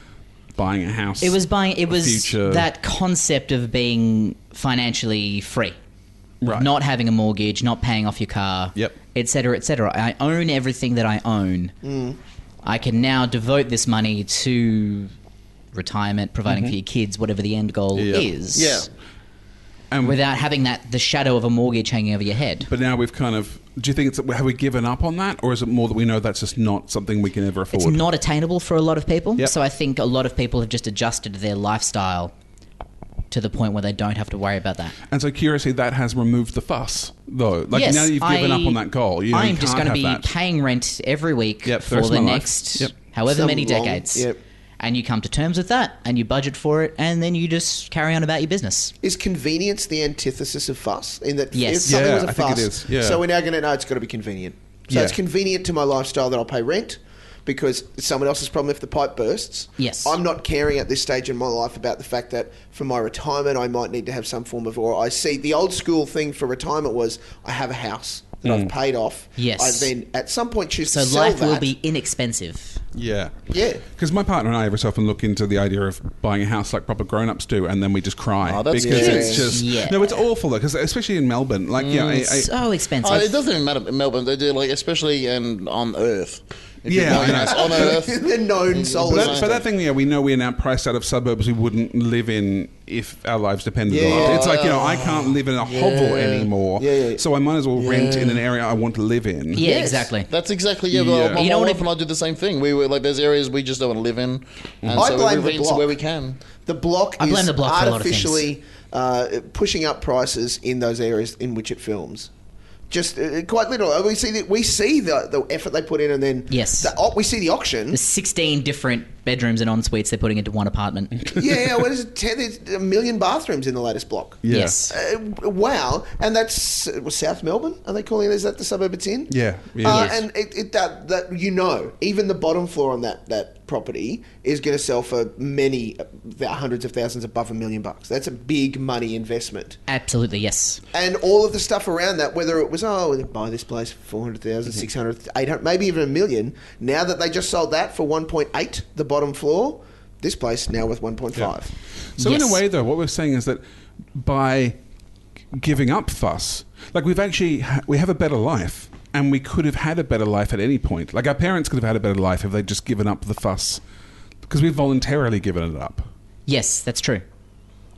buying a house.
It was buying. It was
future-
that concept of being financially free,
Right.
Not having a mortgage, not paying off your car,
Yep.
et cetera, et cetera. I own everything that I own. I can now devote this money to retirement,
Mm-hmm.
providing for your kids, whatever the end goal
Yeah.
is.
Yeah.
And-
Without having that the shadow of a mortgage hanging over your head.
But now we've kind of. Do you think it's have we given up on that, or is it more that we know that's just not something we can ever afford?
it's not attainable for a lot of people.
Yep.
So I think a lot of people have just adjusted their lifestyle to the point where they don't have to worry about that.
and so, curiously, that has removed the fuss, though. Like
yes,
now you've given
I,
up on that goal. You, know,
I'm
you
just
can't
going to
have
be
that.
paying rent every week
Yep, for the
for
rest
the
of my life.
next
Yep.
however
Some
many
long-
decades.
yep.
And you come to terms with that and you budget for it and then you just carry on about your business.
Is convenience the antithesis of fuss? In that
Yes.
if something
Yeah,
was a
I think it
fuss,
is. Yeah.
so we're now going to know it's got to be convenient. So
Yeah.
it's convenient to my lifestyle that I'll pay rent because it's someone else's problem if the pipe bursts.
Yes.
I'm not caring at this stage in my life about the fact that for my retirement I might need to have some form of or I see the old school thing for retirement was I have a house that
Mm.
I've paid off.
Yes.
I then at some point choose
So
to sell
life will
that.
be inexpensive.
Yeah.
Yeah. *laughs*
Because my partner and I every so often look into the idea of buying a house like proper grown ups do, and then we just cry.
Oh, that's
because
good.
it's just.
Yeah.
No, it's awful, though, because especially in Melbourne, like, yeah, I, I,
so expensive.
Oh, it doesn't even matter in Melbourne. They do like especially in, on Earth. If you're
Yeah, I
buying
know.
a
*laughs*
house on Earth.
the known soul.
But
Right.
that, but that thing, yeah, we know we're now priced out of suburbs we wouldn't live in if our lives depended on it.
Yeah.
It's like, you know, I can't live in a hovel anymore,
Yeah, yeah, yeah.
so I might as well rent in an area I want to live in.
yeah, exactly.
That's exactly yeah. Well,
Yeah.
My, you
You know
know
what
wife and I do the same thing. We were like, there's areas we just don't want to live in, and
Mm-hmm. I
so
blame the
we rent
block.
where we can.
The block
I blame
is
the block for a lot of things.
artificially uh, pushing up prices in those areas in which it films. Just uh, quite literally, we see the, we see the, the effort they put in, and then
Yes.
the, au- we see the auction.
There's 16 different bedrooms and en suites they're putting into one apartment.
*laughs*
*laughs* yeah, what is it? Ten, there's a million bathrooms in the latest block.
Yeah.
Yes.
Uh, wow, and that's uh, was South Melbourne. Are they calling it? Is that the suburb it's in?
Yeah, yeah,
uh,
it is.
and it, it, that that you know, even the bottom floor on that that property is going to sell for many uh, th- hundreds of thousands above a million bucks. That's a big money investment,
Absolutely, yes.
and all of the stuff around that, whether it was oh, we'll buy this place for 400,000,
Mm-hmm.
600, 800, maybe even a million. Now that they just sold that for one point eight, the bottom floor, this place now worth one point five.
So in
Yes.
a way, though, what we're saying is that by giving up fuss, like we've actually we have a better life, and we could have had a better life at any point. Like our parents could have had a better life if they'd just given up the fuss, because we've voluntarily given it up.
Yes, that's true.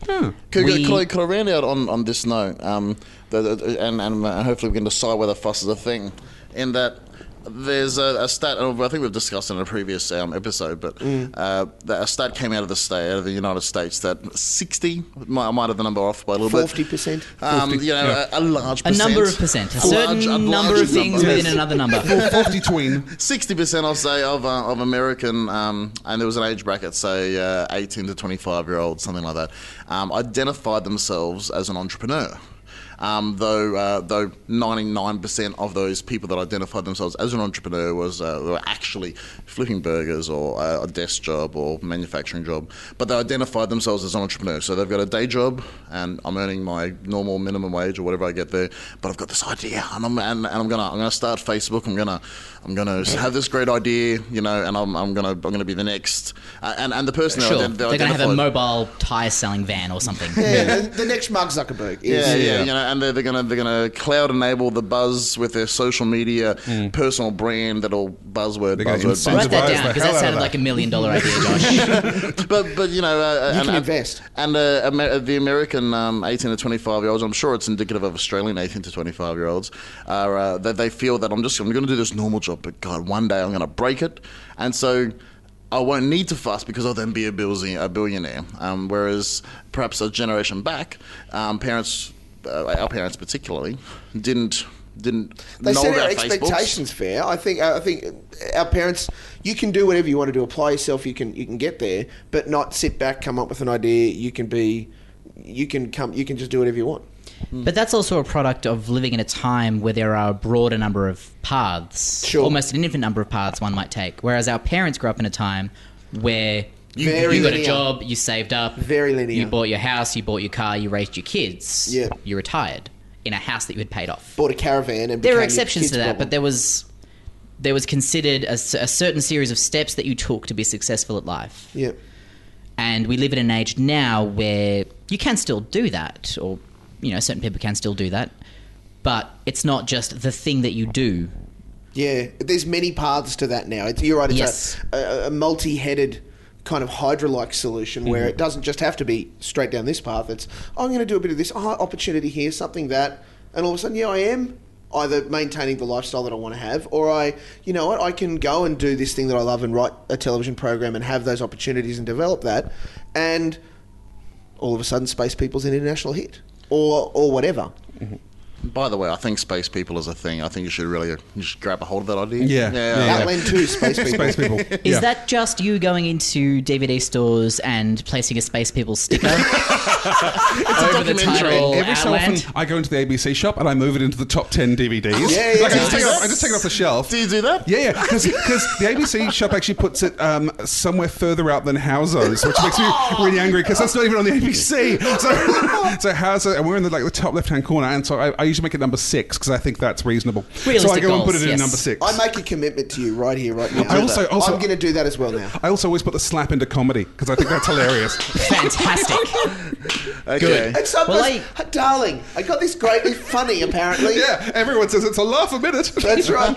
Yeah.
Could,
We-
could, I, could I round out on, on this note? Um, the, the, and, and uh, hopefully we can decide whether fuss is a thing. In that there's a, a stat, and I think we've discussed in a previous um, episode, but
Mm.
uh, that a stat came out of the state, out of the United States, that 60, might, I might have the number off by a little
Forty
bit.
percent.
Um, you know,
yeah.
a, a large
A
percent.
number of percent. A
large-
certain
large
number of things
number.
within
*laughs*
another number.
Forty tween.
Sixty percent, I'll say, of uh, of American, um, and there was an age bracket, say uh, eighteen to twenty five year olds, something like that, um, identified themselves as an entrepreneur. Um, though, uh, though 99% of those people that identified themselves as an entrepreneur was uh, were actually flipping burgers or uh, a desk job or manufacturing job, but they identified themselves as an entrepreneur. So they've got a day job, and I'm earning my normal minimum wage or whatever I get there, but I've got this idea, and I'm and, and I'm gonna I'm gonna start Facebook. I'm gonna I'm gonna have this great idea, you know, and I'm, I'm gonna I'm gonna be the next. Uh, and and the person that
Sure,
ident- that
they're going to have a
identified-
mobile tire selling van or something.
Yeah, the, the next Mark Zuckerberg. Is,
yeah, yeah, you know, and they're, they're gonna they're gonna cloud enable the buzz with their social media
Hmm.
personal brand that'll buzzword
gonna
buzzword
incentivize
buzzword.
Write that
Surprise
down
the hell
because that
out of
sounded
that.
like a
*laughs*
million dollar idea, Josh.
But but you know, uh,
You
and,
can
and-
invest.
and uh, Amer- the American um, eighteen to twenty five year olds. I'm sure it's indicative of Australian eighteen to twenty five year olds. Are uh, that they feel that I'm just I'm going to do this normal job, but God, one day I'm going to break it, and so. I won't need to fuss because I'll then be a, bilzi- a billionaire. Um, whereas perhaps a generation back, um, parents, uh, our parents particularly, didn't didn't
They
know
set our
about Facebooks.
expectations fair. I think uh, I think our parents. You can do whatever you want to do. Apply yourself. You can you can get there, but not sit back, come up with an idea. You can be, you can come. You can just do whatever you want.
But that's also a product of living in a time where there are a broader number of paths,
Sure.
almost an infinite number of paths one might take. Whereas our parents grew up in a time where you,
Very
you got a
linear.
job, you saved up,
Very linear.
you bought your house, you bought your car, you raised your kids,
Yeah.
you retired in a house that you had paid off.
Bought a caravan and
There
became
are
your
exceptions
kid's
to that,
problem.
but there was there was considered a, s- a certain series of steps that you took to be successful at life.
yeah.
And we live in an age now where you can still do that, or you know, certain people can still do that, but it's not just the thing that you do.
Yeah, there's many paths to that now. It's, you're right. It's
Yes.
a, a, a multi-headed kind of Hydra-like solution where
Mm-hmm.
it doesn't just have to be straight down this path. It's oh, I'm going to do a bit of this oh, opportunity here, something that, and all of a sudden, yeah, I am either maintaining the lifestyle that I want to have, or I, you know what, I can go and do this thing that I love and write a television program and have those opportunities and develop that, and all of a sudden, Space People's an international hit, or or whatever.
By the way, I think space people is a thing. I think you should really you should grab a hold of that idea.
Yeah. Oh, Yeah.
Outland two,
*laughs*
Space People.
Space people.
*laughs* Is
yeah.
that just you going into DVD stores and placing a Space People sticker over the
documentary.
title
Every so
Outland?
often, I go into the ABC shop and I move it into the top 10 DVDs.
Yeah, yeah,
Like, I,
yeah.
just take it off, I just take it off the shelf.
Do you do that?
Yeah, yeah, because the ABC shop actually puts it um, somewhere further out than Howzo's, which makes me really angry because that's not even on the ABC. So, so Howzo, and we're in the like the top left hand corner, and so I, I usually make it number six because I think that's reasonable. so I
Realistic
go and put it
goals,
in
yes.
number six.
I make a commitment to you right here, right now.
I also- also-
I'm going to do that as well now.
I also always put the slap into comedy because I think that's
*laughs*
hilarious.
Fantastic.
Okay.
And some
Well,
person- darling, I got this great. It's funny, apparently.
yeah, everyone says it's a laugh a minute.
that's
*laughs*
right.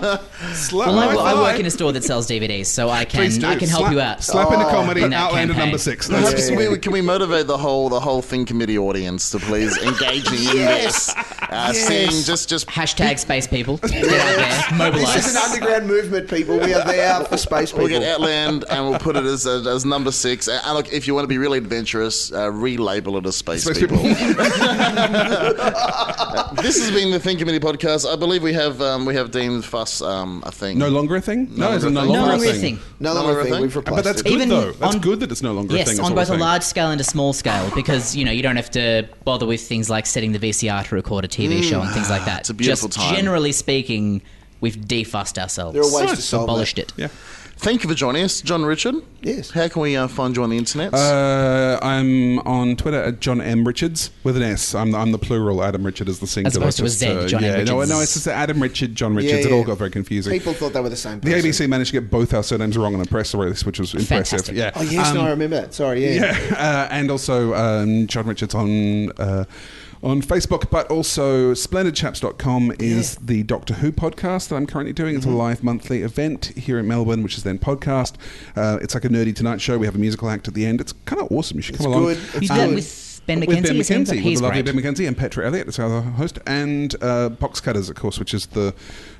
slap
Well, I,
my
I work
thigh.
in a store that sells DVDs, so I
Please
can
do.
I can help
Slap-
you out. Oh,
Slap into comedy,
in that
Outlander
campaign.
number six. That's-
Perhaps we, can we motivate the whole the whole thing committee audience to please engage
*laughs*
in this? Uh, Seeing just just
Hashtag Space People. Get out there,
This is an
mobilize.
underground movement, people. We are there for space people.
we'll get Outland and we'll put it as as number six. And and look, if you want to be really adventurous, uh, relabel it as Space,
Space
People. *laughs*
people.
this has been the Think Committee podcast. I believe we have um, we have deemed fuss um, a thing.
no longer a thing. No, it's
longer a
no
thing.
longer
No,
a
real
thing.
thing.
No
Another
longer a
thing?
thing. We've
But
replaced
that's
it.
good
Even
though. That's
on-
good that it's no longer a
Yes,
thing. is
on
all I'm
both a
saying.
large scale and a small scale, because you know you don't have to bother with things like setting the VCR to record a TV show and
Mm.
things like that.
It's a beautiful
Just
time.
generally speaking, we've defussed ourselves.
There are ways to
We've
solve
abolished it.
Yeah.
Thank you for joining us, John Richard.
Yes.
How can we uh, find you on the internet?
Uh, I'm on Twitter at John M Richards with an S. I'm the, I'm the plural. Adam Richard is the singular.
opposed to a
Just, uh,
Z, John M.
yeah, No,
Richards.
no, it's just the Adam Richard, John Richards. It
yeah.
all got very confusing.
People thought they were the same.
the
person.
ABC managed to get both our surnames wrong on a press release, which was impressive.
Fantastic.
Yeah.
Oh yes,
Um,
no, I remember that. Sorry, yeah.
yeah, *laughs* uh, and also um, John Richards on uh, on Facebook, but also splendidchaps.com is the Doctor Who podcast that I'm currently doing.
Mm-hmm.
It's a live monthly event here in Melbourne, which is then podcast. Uh, it's like a nerdy tonight show. We have a musical act at the end. It's kind of awesome. You should come along.
good. It's
You did
Um,
that with Ben McKenzie.
With Ben
isn't it?
McKenzie, with
He's
the lovely
great.
Ben McKenzie and Petra Elliott, that's our host, and uh, Box Cutters, of course, which is the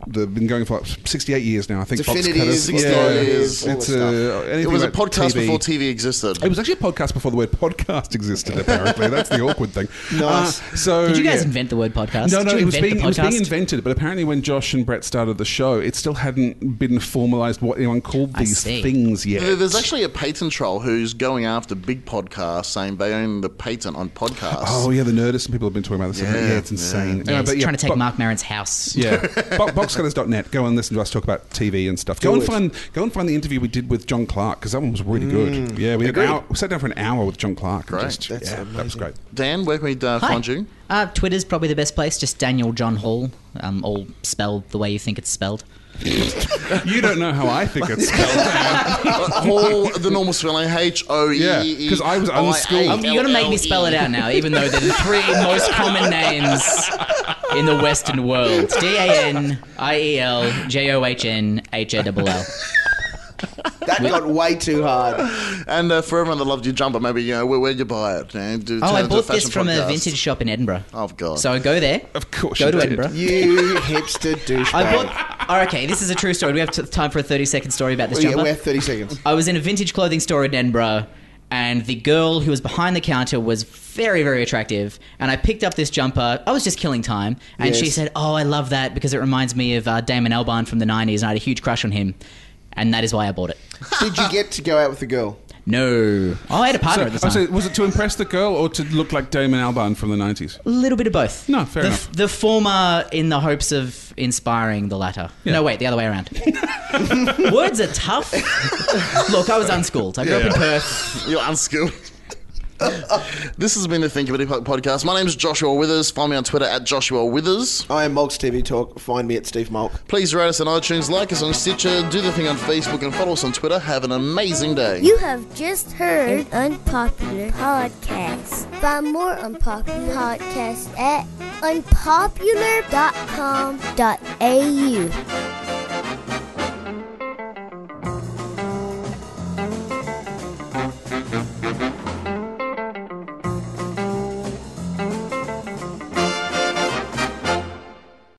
the been going for like 68 years now. I think
Definity
Box Cutters,
is 68 years, all
it's
that
uh,
it
anything
was a
about
podcast
TV.
before TV existed.
It was actually a podcast before the word podcast existed. Apparently, that's the awkward thing.
Nice.
Uh, so
Did you guys
yeah.
invent the word podcast?
No, no,
Did you
it was,
invent
being,
the
it was being
podcast?
invented, but apparently when Josh and Brett started the show, it still hadn't been formalised what anyone called
I
these
see.
things yet.
There- There's actually a patent troll who's going after big podcasts, saying they own the patent consistent on podcasts.
Oh yeah, the Nerdist and people have been talking about this. Yeah, yeah it's insane.
Yeah,
Anyway,
he's
but yeah,
trying to take
bo-
Mark Maron's house. *laughs*
Yeah, Bo- boxcutters.net. Go and listen to us talk about TV and stuff. Go and
it.
find go and find the interview we did with John Clark because that one was really good. Yeah, we, had an
Agreed.
hour, we sat down for an hour with John Clark. and
Great.
Just, yeah, that was great.
Dan, where can we uh,
Hi.
find you?
Uh, Twitter's probably the best place. Just Daniel John Hall, um, all spelled the way you think it's spelled.
You don't know how I think it's *laughs* spelled.
All Uh, the normal spelling H O E E.
Yeah, 'cause I was unschooled.
Um, you're gonna make me spell it out now, even though they're the three most common names in the Western world: D A N I E L J O H N H A L L.
That got way too hard.
And uh, for everyone that loved your jumper, maybe you know where, where'd you buy it? You know, do,
Oh,
turn it
I
into a
bought this
fashion
from a
podcast.
vintage shop in Edinburgh.
Oh god.
So go there.
Of course
Go
you
to
did.
Edinburgh.
You hipster douchebag.
I bought. Oh, okay, this is a true story. Do we have t- time for a 30 second story about this
Oh, yeah,
jumper?
we're 30 seconds.
I was in a vintage clothing store in Edinburgh, and the girl who was behind the counter was very, very attractive. And I picked up this jumper. I was just killing time, and she
Yes.
said, "Oh, I love that because it reminds me of uh, Damon Albarn from the '90s, and I had a huge crush on him, and that is why I bought it."
Did you get to go out with the girl?
No, oh, I had a partner at the
Oh, so
time.
was it to impress the girl or to look like Damon Albarn from the nineties?
a little bit of both.
No, fair
the,
enough.
The former in the hopes of inspiring the latter. No, wait, the other
*laughs*
way around. Words are tough. *laughs* Look, I was unschooled. I grew up in Perth.
*laughs* You're unskilled. this has been the Think About It po- podcast. My name's Joshua Withers. Find me on Twitter at Joshua Withers.
I am Mulk's TV Talk. Find me at Steve Mulk.
Please rate us on iTunes, like us on Stitcher, do the thing on Facebook, and follow us on Twitter. Have an amazing day.
You have just heard an unpopular podcast. Find more unpopular podcasts at unpopular.com.au.